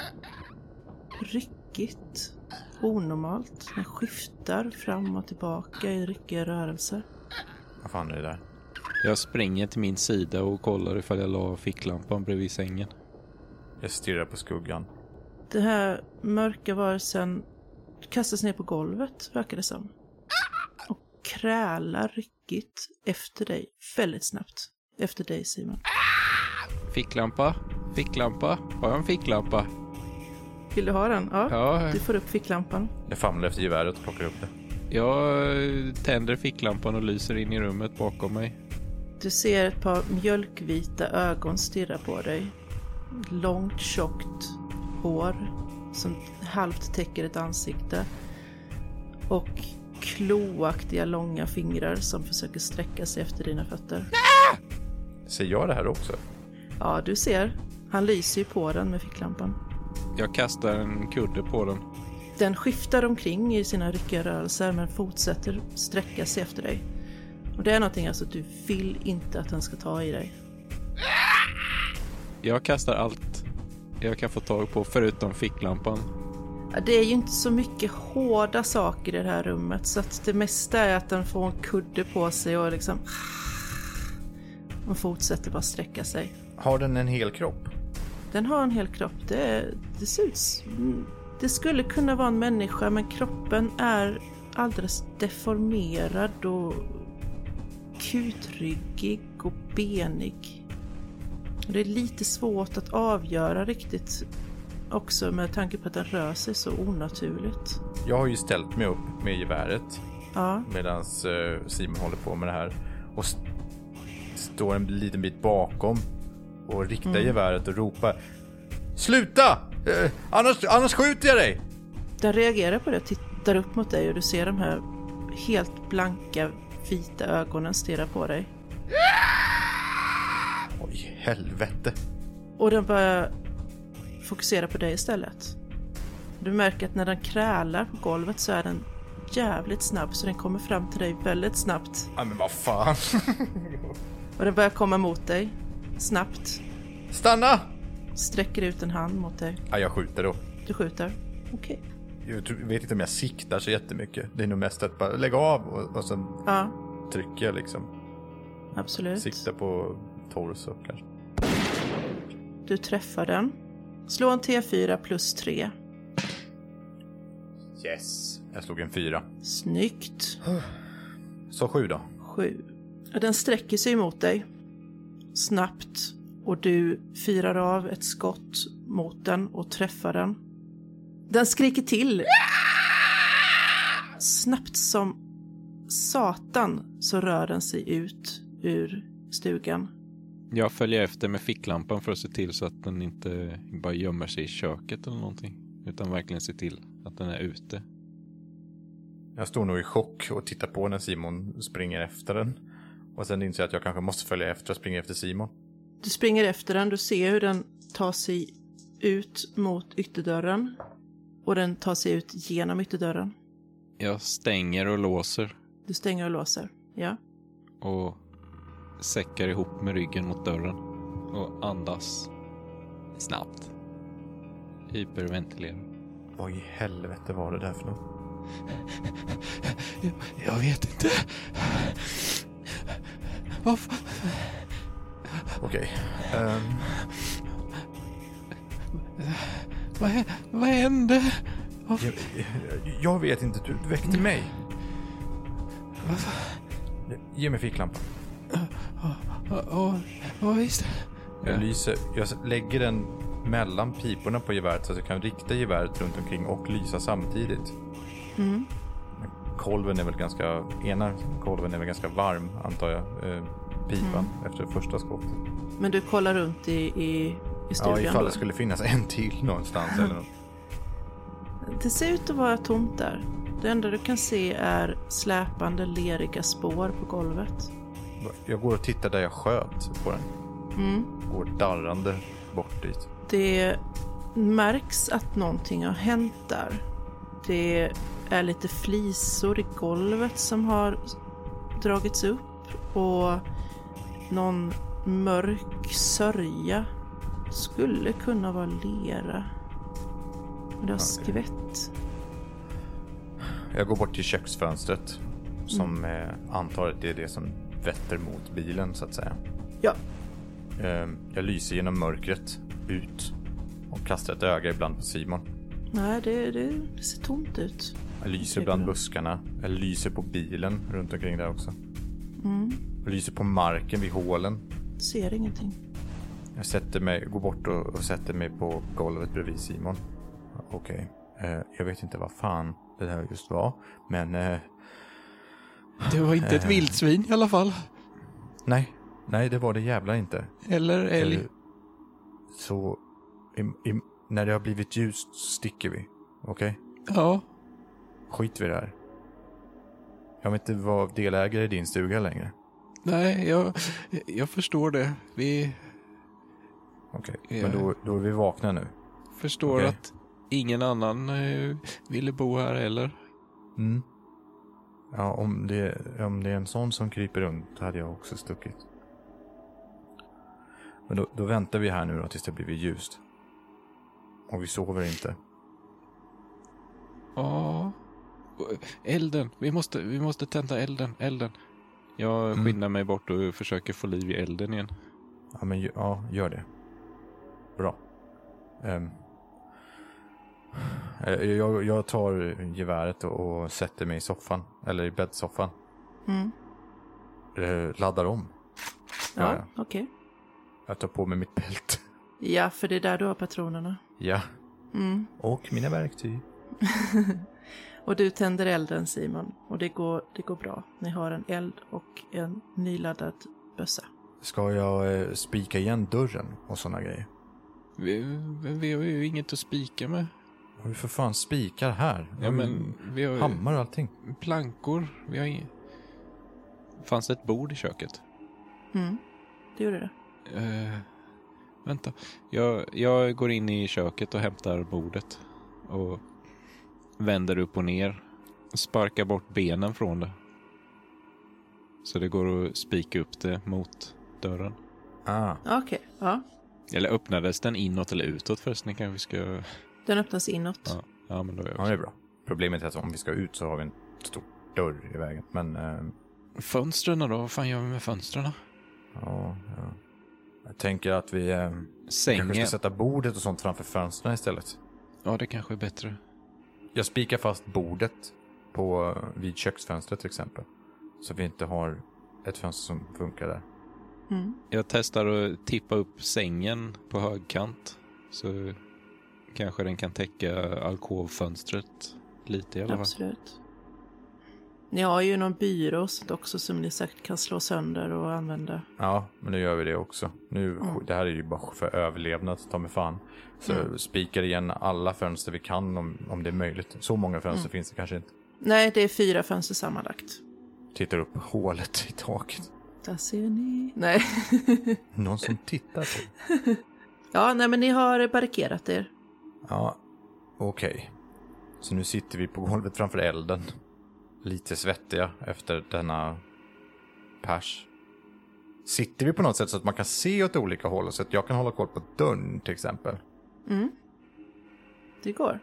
S1: Ryckigt. Onormalt. Den skiftar fram och tillbaka i ryckiga rörelser.
S3: Vad fan är det där?
S2: Jag springer till min sida och kollar ifall jag la ficklampan bredvid sängen.
S3: Jag stirrar på skuggan.
S1: Den här mörka varelsen kastas ner på golvet, verkar det som. Och krälar ryckigt efter dig, väldigt snabbt. Efter dig Simon.
S2: Ficklampa? Ficklampa? Har jag en ficklampa?
S1: Vill du ha den? Ja.
S2: Ja,
S1: Du får upp ficklampan.
S3: Jag famlar efter geväret och plockar upp det.
S2: jag tänder ficklampan och lyser in i rummet bakom mig.
S1: Du ser ett par mjölkvita ögon stirra på dig. Långt tjockt hår som halvt täcker ett ansikte. Och kloaktiga långa fingrar som försöker sträcka sig efter dina fötter.
S3: Ser jag det här också?
S1: Ja, du ser. Han lyser ju på den med ficklampan.
S2: Jag kastar en kudde på den.
S1: Den skiftar omkring i sina ryckiga rörelser men fortsätter sträcka sig efter dig. Och det är någonting alltså du vill inte att den ska ta i dig.
S2: Jag kastar allt jag kan få tag på förutom ficklampan.
S1: Ja, Det är ju inte så mycket hårda saker i det här rummet så att det mesta är att den får en kudde på sig och liksom... Den fortsätter bara sträcka sig.
S3: Har den en hel kropp?
S1: Den har en hel kropp. Det, det ser ut... s- mm, Det skulle kunna vara en människa men kroppen är alldeles deformerad och kutryggig och benig. Och Det är lite svårt att avgöra riktigt också med tanke på att den rör sig så onaturligt.
S3: Jag har ju ställt mig upp med geväret
S1: Ja,
S3: medan Simon håller på med det här och st- står en liten bit bakom och riktar geväret och ropar Sluta! Eh, annars, annars skjuter jag dig!
S1: den reagerar på det och tittar upp mot dig och du ser de här helt blanka vita ögonen stirra på dig.
S3: Oj, helvete.
S1: Och den börjar fokusera på dig istället. Du märker att när den krälar på golvet så är den jävligt snabb så den kommer fram till dig väldigt snabbt.
S3: Ja, men vad fan.
S1: Och den börjar komma mot dig. Snabbt.
S3: Stanna!
S1: Sträcker ut en hand mot dig.
S3: Ja, jag skjuter då.
S1: Du skjuter. Okej.
S3: Jag tror- vet inte om jag siktar så jättemycket. Det är nog mest att bara lägga av och, och sen
S1: Ja,
S3: trycker jag liksom.
S1: absolut.
S3: Sikta på torso kanske.
S1: Du träffar den. Slå en T4 plus 3.
S3: Yes. Jag slog en fyra.
S1: Snyggt.
S3: Så sju då.
S1: 7. Den sträcker sig mot dig. Snabbt. Och du firar av ett skott mot den och träffar den. Den skriker till. Snabbt som satan så rör den sig ut ur stugan.
S2: Jag följer efter med ficklampan för att se till så att den inte bara gömmer sig i köket eller någonting. Utan verkligen se till att den är ute.
S3: Jag står nog i chock och tittar på när Simon springer efter den. Och sen inser jag att jag kanske måste följa efter och springa efter Simon.
S1: Du springer efter den, du ser hur den tar sig ut mot ytterdörren. Och den tar sig ut genom ytterdörren.
S2: Jag stänger och låser
S1: Du stänger och låser. Ja.
S2: och säckar ihop med ryggen mot dörren och andas snabbt. Hyperventilerar.
S3: Vad i helvete var det där för något?
S2: Jag vet inte. Vad fan?
S3: Okej. Ehm,
S2: Vad, hä- vad hände? Vad,
S3: jag, jag vet inte. Du väckte mig. Ge mig ficklampan.
S2: ja, ja, visst.
S3: Jag lyser. Jag lägger den mellan piporna på geväret så att jag kan rikta geväret runt omkring och lysa samtidigt.
S1: Mm.
S3: Kolven är väl ganska... Ena kolven är väl ganska varm, antar jag. Eh, pipan efter första skottet.
S1: Men du kollar runt i, i, i
S3: Ja,
S1: stugan.
S3: ifall
S1: då.
S3: det skulle finnas en till någonstans eller något.
S1: Det ser ut att vara tomt där. Det enda du kan se är släpande leriga spår på golvet.
S3: Jag går och tittar där jag sköt på den.
S1: Mm.
S3: Går darrande bort dit.
S1: Det märks att någonting har hänt där. Det är lite flisor i golvet som har dragits upp och någon mörk sörja skulle kunna vara lera. Men det har skvätt.
S3: Jag går bort till köksfönstret. Som eh, antar att det är det som vetter mot bilen så att säga.
S1: Ja,
S3: Eh, jag lyser genom mörkret ut. Och kastar ett öga ibland på Simon.
S1: nej det, det, det ser tomt ut.
S3: Jag lyser bland buskarna. Jag lyser på bilen runt omkring där också. Jag lyser på marken vid hålen.
S1: Ser ingenting.
S3: Jag sätter mig, går bort och, och sätter mig på golvet bredvid Simon. Okej, eh, jag vet inte vad fan det här just var, men eh,
S2: Det var inte ett vildsvin i alla fall.
S3: nej, nej det var det jävla inte.
S2: Eller älg.
S3: Eh, Så i, i, när det har blivit ljust så sticker vi, okej?
S2: Ja.
S3: Skit vi det här. Jag vill inte vara delägare i din stuga längre.
S2: Nej, jag, jag förstår det. Vi
S3: Okej,
S2: Ja.
S3: men då, då är vi vakna nu.
S2: förstår
S3: Okej.
S2: att ingen annan eh, ville bo här heller.
S3: Mm. Ja, om det, om det är en sån som kryper runt hade jag också stuckit. Men då, då väntar vi här nu då tills det blivit ljust. Och vi sover inte.
S2: Ja. Elden. Vi måste, vi måste tända elden. Elden. Jag skyndar mig bort och försöker få liv i elden igen.
S3: Ja, men ju- ja, gör det. Bra. Ehm. Eh, jag, jag tar geväret och, och sätter mig i soffan. Eller i bäddsoffan.
S1: Mm.
S3: Eh, laddar om.
S1: Ja,
S3: Ja,
S1: okej.
S3: Jag tar på mig mitt bälte.
S1: Ja, för det är där du har patronerna. Mm.
S3: ja. Och mina verktyg.
S1: Och du tänder elden Simon och det går, det går bra. Ni har en eld och en nyladdad bössa.
S3: Ska jag eh, spika igen dörren och såna grejer?
S2: Vi, vi har ju inget att spika med.
S3: Har du för fan spikar här?
S2: Ja, men Mm, vi har ju
S3: Hammar och allting.
S2: plankor. Vi har ing...
S1: Mm.
S2: Fanns det ett bord i köket?
S1: Det gjorde det.
S2: Eh, Vänta. Jag, jag går in i köket och hämtar bordet. Och vänder upp och ner. Och sparkar bort benen från det. Så det går att spika upp det mot dörren.
S3: Ah.
S1: Okej, ja.
S2: Eller öppnades den inåt eller utåt förresten? Kanske vi ska...
S1: Den öppnas inåt.
S2: Ja, ja men då gör
S3: Ja,
S2: jag
S3: det är bra. Problemet är att om vi ska ut så har vi en stor dörr i vägen. Men eh,
S2: Fönstren då? Vad fan gör vi med fönstren?
S3: ja, ja. Jag tänker att vi eh, kanske ska
S2: Sängen?
S3: sätta bordet och sånt framför fönstren istället.
S2: Ja, det kanske är bättre.
S3: Jag spikar fast bordet på, eh, vid köksfönstret till exempel. Så vi inte har ett fönster som funkar där.
S1: Mm.
S2: Jag testar att tippa upp sängen på högkant. Så kanske den kan täcka alkovfönstret lite i alla fall.
S1: Absolut. Ni har ju någon byrå och sånt också som ni säkert kan slå sönder och använda.
S3: Ja, men nu gör vi det också. Nu, Det här är ju bara för överlevnad, ta mig fan. Så spikar igen alla fönster vi kan om, om det är möjligt. Så många fönster finns det kanske inte.
S1: Nej, det är fyra fönster sammanlagt.
S3: Tittar upp hålet i taket.
S1: Där ser ni. Nej.
S3: Någon som tittar på
S1: Ja, nej men ni har barrikerat er.
S3: Ja, okej. Så nu sitter vi på golvet framför elden. Lite svettiga efter denna pers. Sitter vi på något sätt så att man kan se åt olika håll? Så att jag kan hålla koll på dörren till exempel.
S1: Mm. Det går.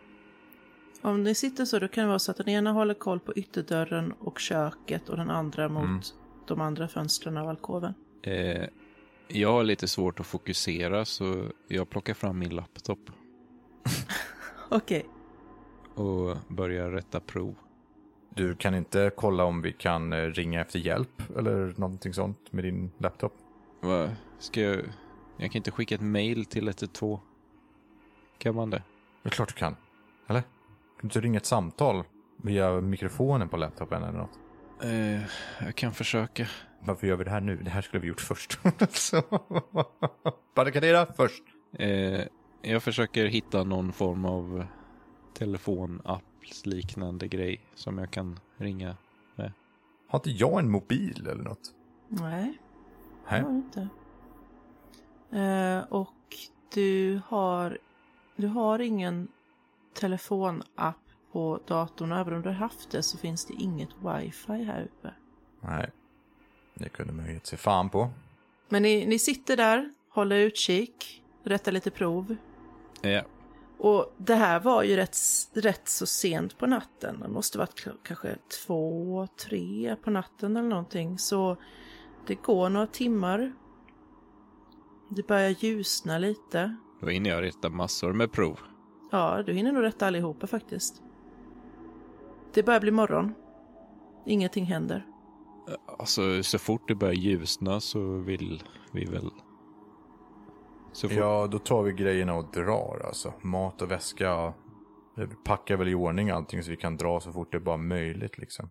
S1: Om ni sitter så, då kan det vara så att den ena håller koll på ytterdörren och köket och den andra mot
S3: Mm.
S1: de andra fönstren av alkoven.
S2: Eh, jag har lite svårt att fokusera så jag plockar fram min laptop
S1: Okej.
S2: och börjar rätta prov.
S3: Du kan inte kolla om vi kan eh, ringa efter hjälp eller någonting sånt med din laptop?
S2: Va? Ska jag... Jag kan inte skicka ett mail till 112. Kan man det?
S3: Det är klart du kan. Eller? Kan du inte ringa ett samtal via mikrofonen på laptopen eller något?
S2: Eh, jag kan försöka.
S3: Varför gör vi det här nu? Det här skulle vi gjort först. Så. Barrikadera först.
S2: Eh, jag försöker hitta någon form av telefonappsliknande grej som jag kan ringa.
S3: Har inte jag en mobil eller något?
S1: Nej, det
S3: Nej.
S1: har du inte. Eh, och du har, du har ingen telefonapp på datorn. Även om du har haft det så finns det inget wifi här uppe.
S3: Nej. Det kunde man ju gett sig fan på.
S1: Men ni, ni sitter där, håller utkik, rättar lite prov.
S2: Ja,
S1: Och det här var ju rätt, rätt så sent på natten. Det måste varit kl- kanske två, tre på natten eller någonting. Så det går några timmar. Det börjar ljusna lite.
S2: då hinner jag rätta massor med prov.
S1: Ja, du hinner nog rätta allihopa faktiskt. Det börjar bli morgon. Ingenting händer.
S2: Alltså, så fort det börjar ljusna så vill vi väl... Så fort...
S3: Ja, då tar vi grejerna och drar alltså. Mat och väska. Vi packar väl i ordning allting så vi kan dra så fort det bara är möjligt liksom.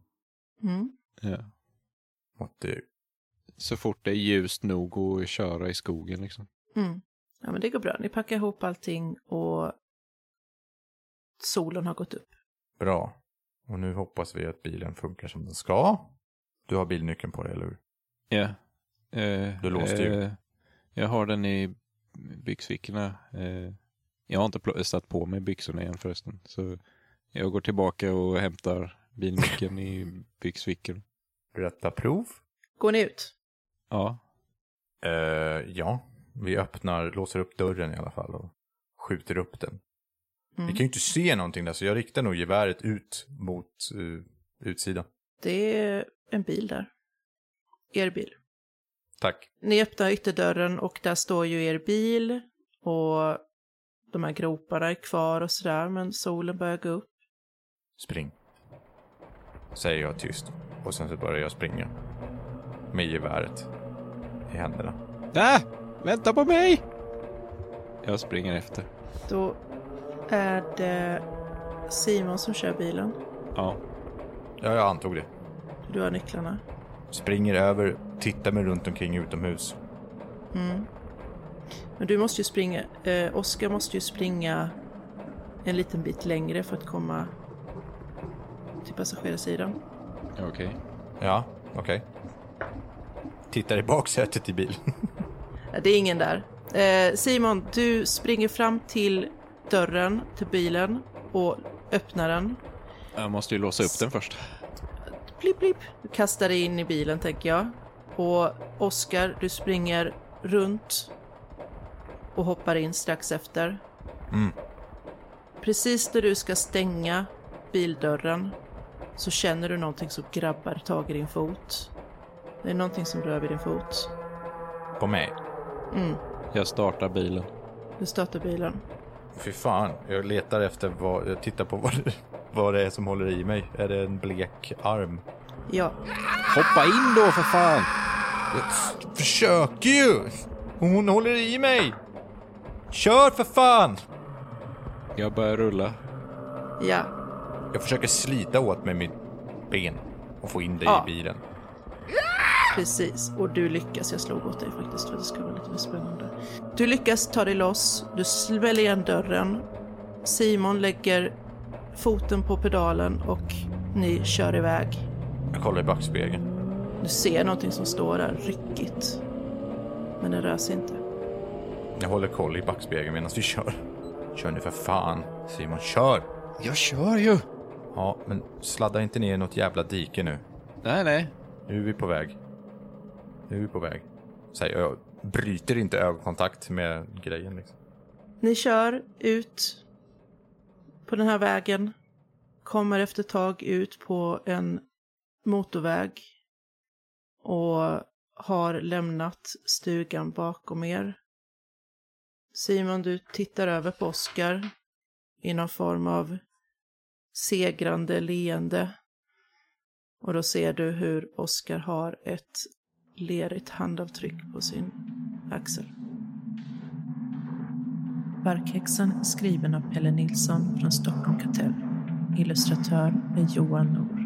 S1: Mm.
S2: Ja.
S3: Och att det
S2: Så fort det är ljust nog att köra i skogen liksom.
S1: Mm. Ja, men det går bra. Ni packar ihop allting och solen har gått upp.
S3: Bra. Och nu hoppas vi att bilen funkar som den ska. Du har bilnyckeln på dig, eller hur?
S2: Ja. Eh,
S3: Du låste ju.
S2: eh, jag har den i byxfickorna. Eh, jag har inte pl- satt på mig byxorna igen förresten. Så jag går tillbaka och hämtar bilnyckeln i byxfickorna.
S3: Rätta prov?
S1: Går ni ut?
S2: Ja,
S3: Eh, ja. Vi öppnar, låser upp dörren i alla fall och skjuter upp den.
S1: Mm.
S3: Vi kan ju inte se någonting där, så jag riktar nog geväret ut mot eh, utsidan.
S1: Det är en bil där. Er bil.
S3: Tack.
S1: Ni öppnar ytterdörren och där står ju er bil och de här groparna är kvar och sådär men solen börjar gå upp.
S3: Spring. Säger jag tyst. Och sen så börjar jag springa. Med geväret i händerna.
S2: Ah! Vänta på mig! Jag springer efter.
S1: Då är det Simon som kör bilen.
S2: Ja.
S3: Ja, jag antog det.
S1: Du har nycklarna.
S3: Springer över, tittar mig runt omkring utomhus.
S1: Mm. Men du måste ju springa. Eh, Oskar måste ju springa en liten bit längre för att komma till passagerarsidan.
S2: Okej.
S3: Ja, okej. Tittar i baksätet i bilen.
S1: Ja, Det är ingen där. Eh, Simon, du springer fram till dörren till bilen och öppnar den.
S2: Jag måste ju låsa upp den först.
S1: Blipp, blipp. Du kastar dig in i bilen, tänker jag. Och Oskar, du springer runt och hoppar in strax efter.
S3: Mm.
S1: Precis när du ska stänga bildörren så känner du någonting som grabbar tag i din fot. Det är någonting som rör vid din fot.
S3: På mig.
S2: Jag startar bilen.
S1: Du startar bilen.
S3: Fy fan, jag letar efter vad, jag tittar på vad det, vad det är som håller i mig. Är det en blek arm?
S1: Ja,
S2: Hoppa in då för fan!
S3: Jag försöker ju! Hon håller i mig! Kör för fan!
S2: Jag börjar rulla.
S1: ja.
S3: Jag försöker slita åt mig mitt ben och få in dig
S1: Ja.
S3: i bilen.
S1: Precis, och du lyckas. Jag slog åt dig faktiskt för det skulle vara lite mer spännande. Du lyckas ta dig loss, du smäller igen dörren. Simon lägger foten på pedalen och ni kör iväg.
S3: Jag kollar i backspegeln.
S1: Du ser någonting som står där, ryckigt. Men det rör sig inte.
S3: Jag håller koll i backspegeln medan vi kör. Kör nu för fan, Simon. Kör!
S2: Jag kör ju!
S3: Ja, men sladda inte ner i något jävla dike nu.
S2: Nej, nej.
S3: Nu är vi på väg. Nu är vi på väg. Säger jag. Bryter inte ögonkontakt med grejen liksom.
S1: Ni kör ut på den här vägen. Kommer efter ett tag ut på en motorväg. Och har lämnat stugan bakom er. Simon, du tittar över på Oskar i någon form av segrande leende. Och då ser du hur Oskar har ett lerigt handavtryck på sin axel. Barkhäxan skriven av Pelle Nilsson från Stockholm Kartell. Illustratör är Johan Nor.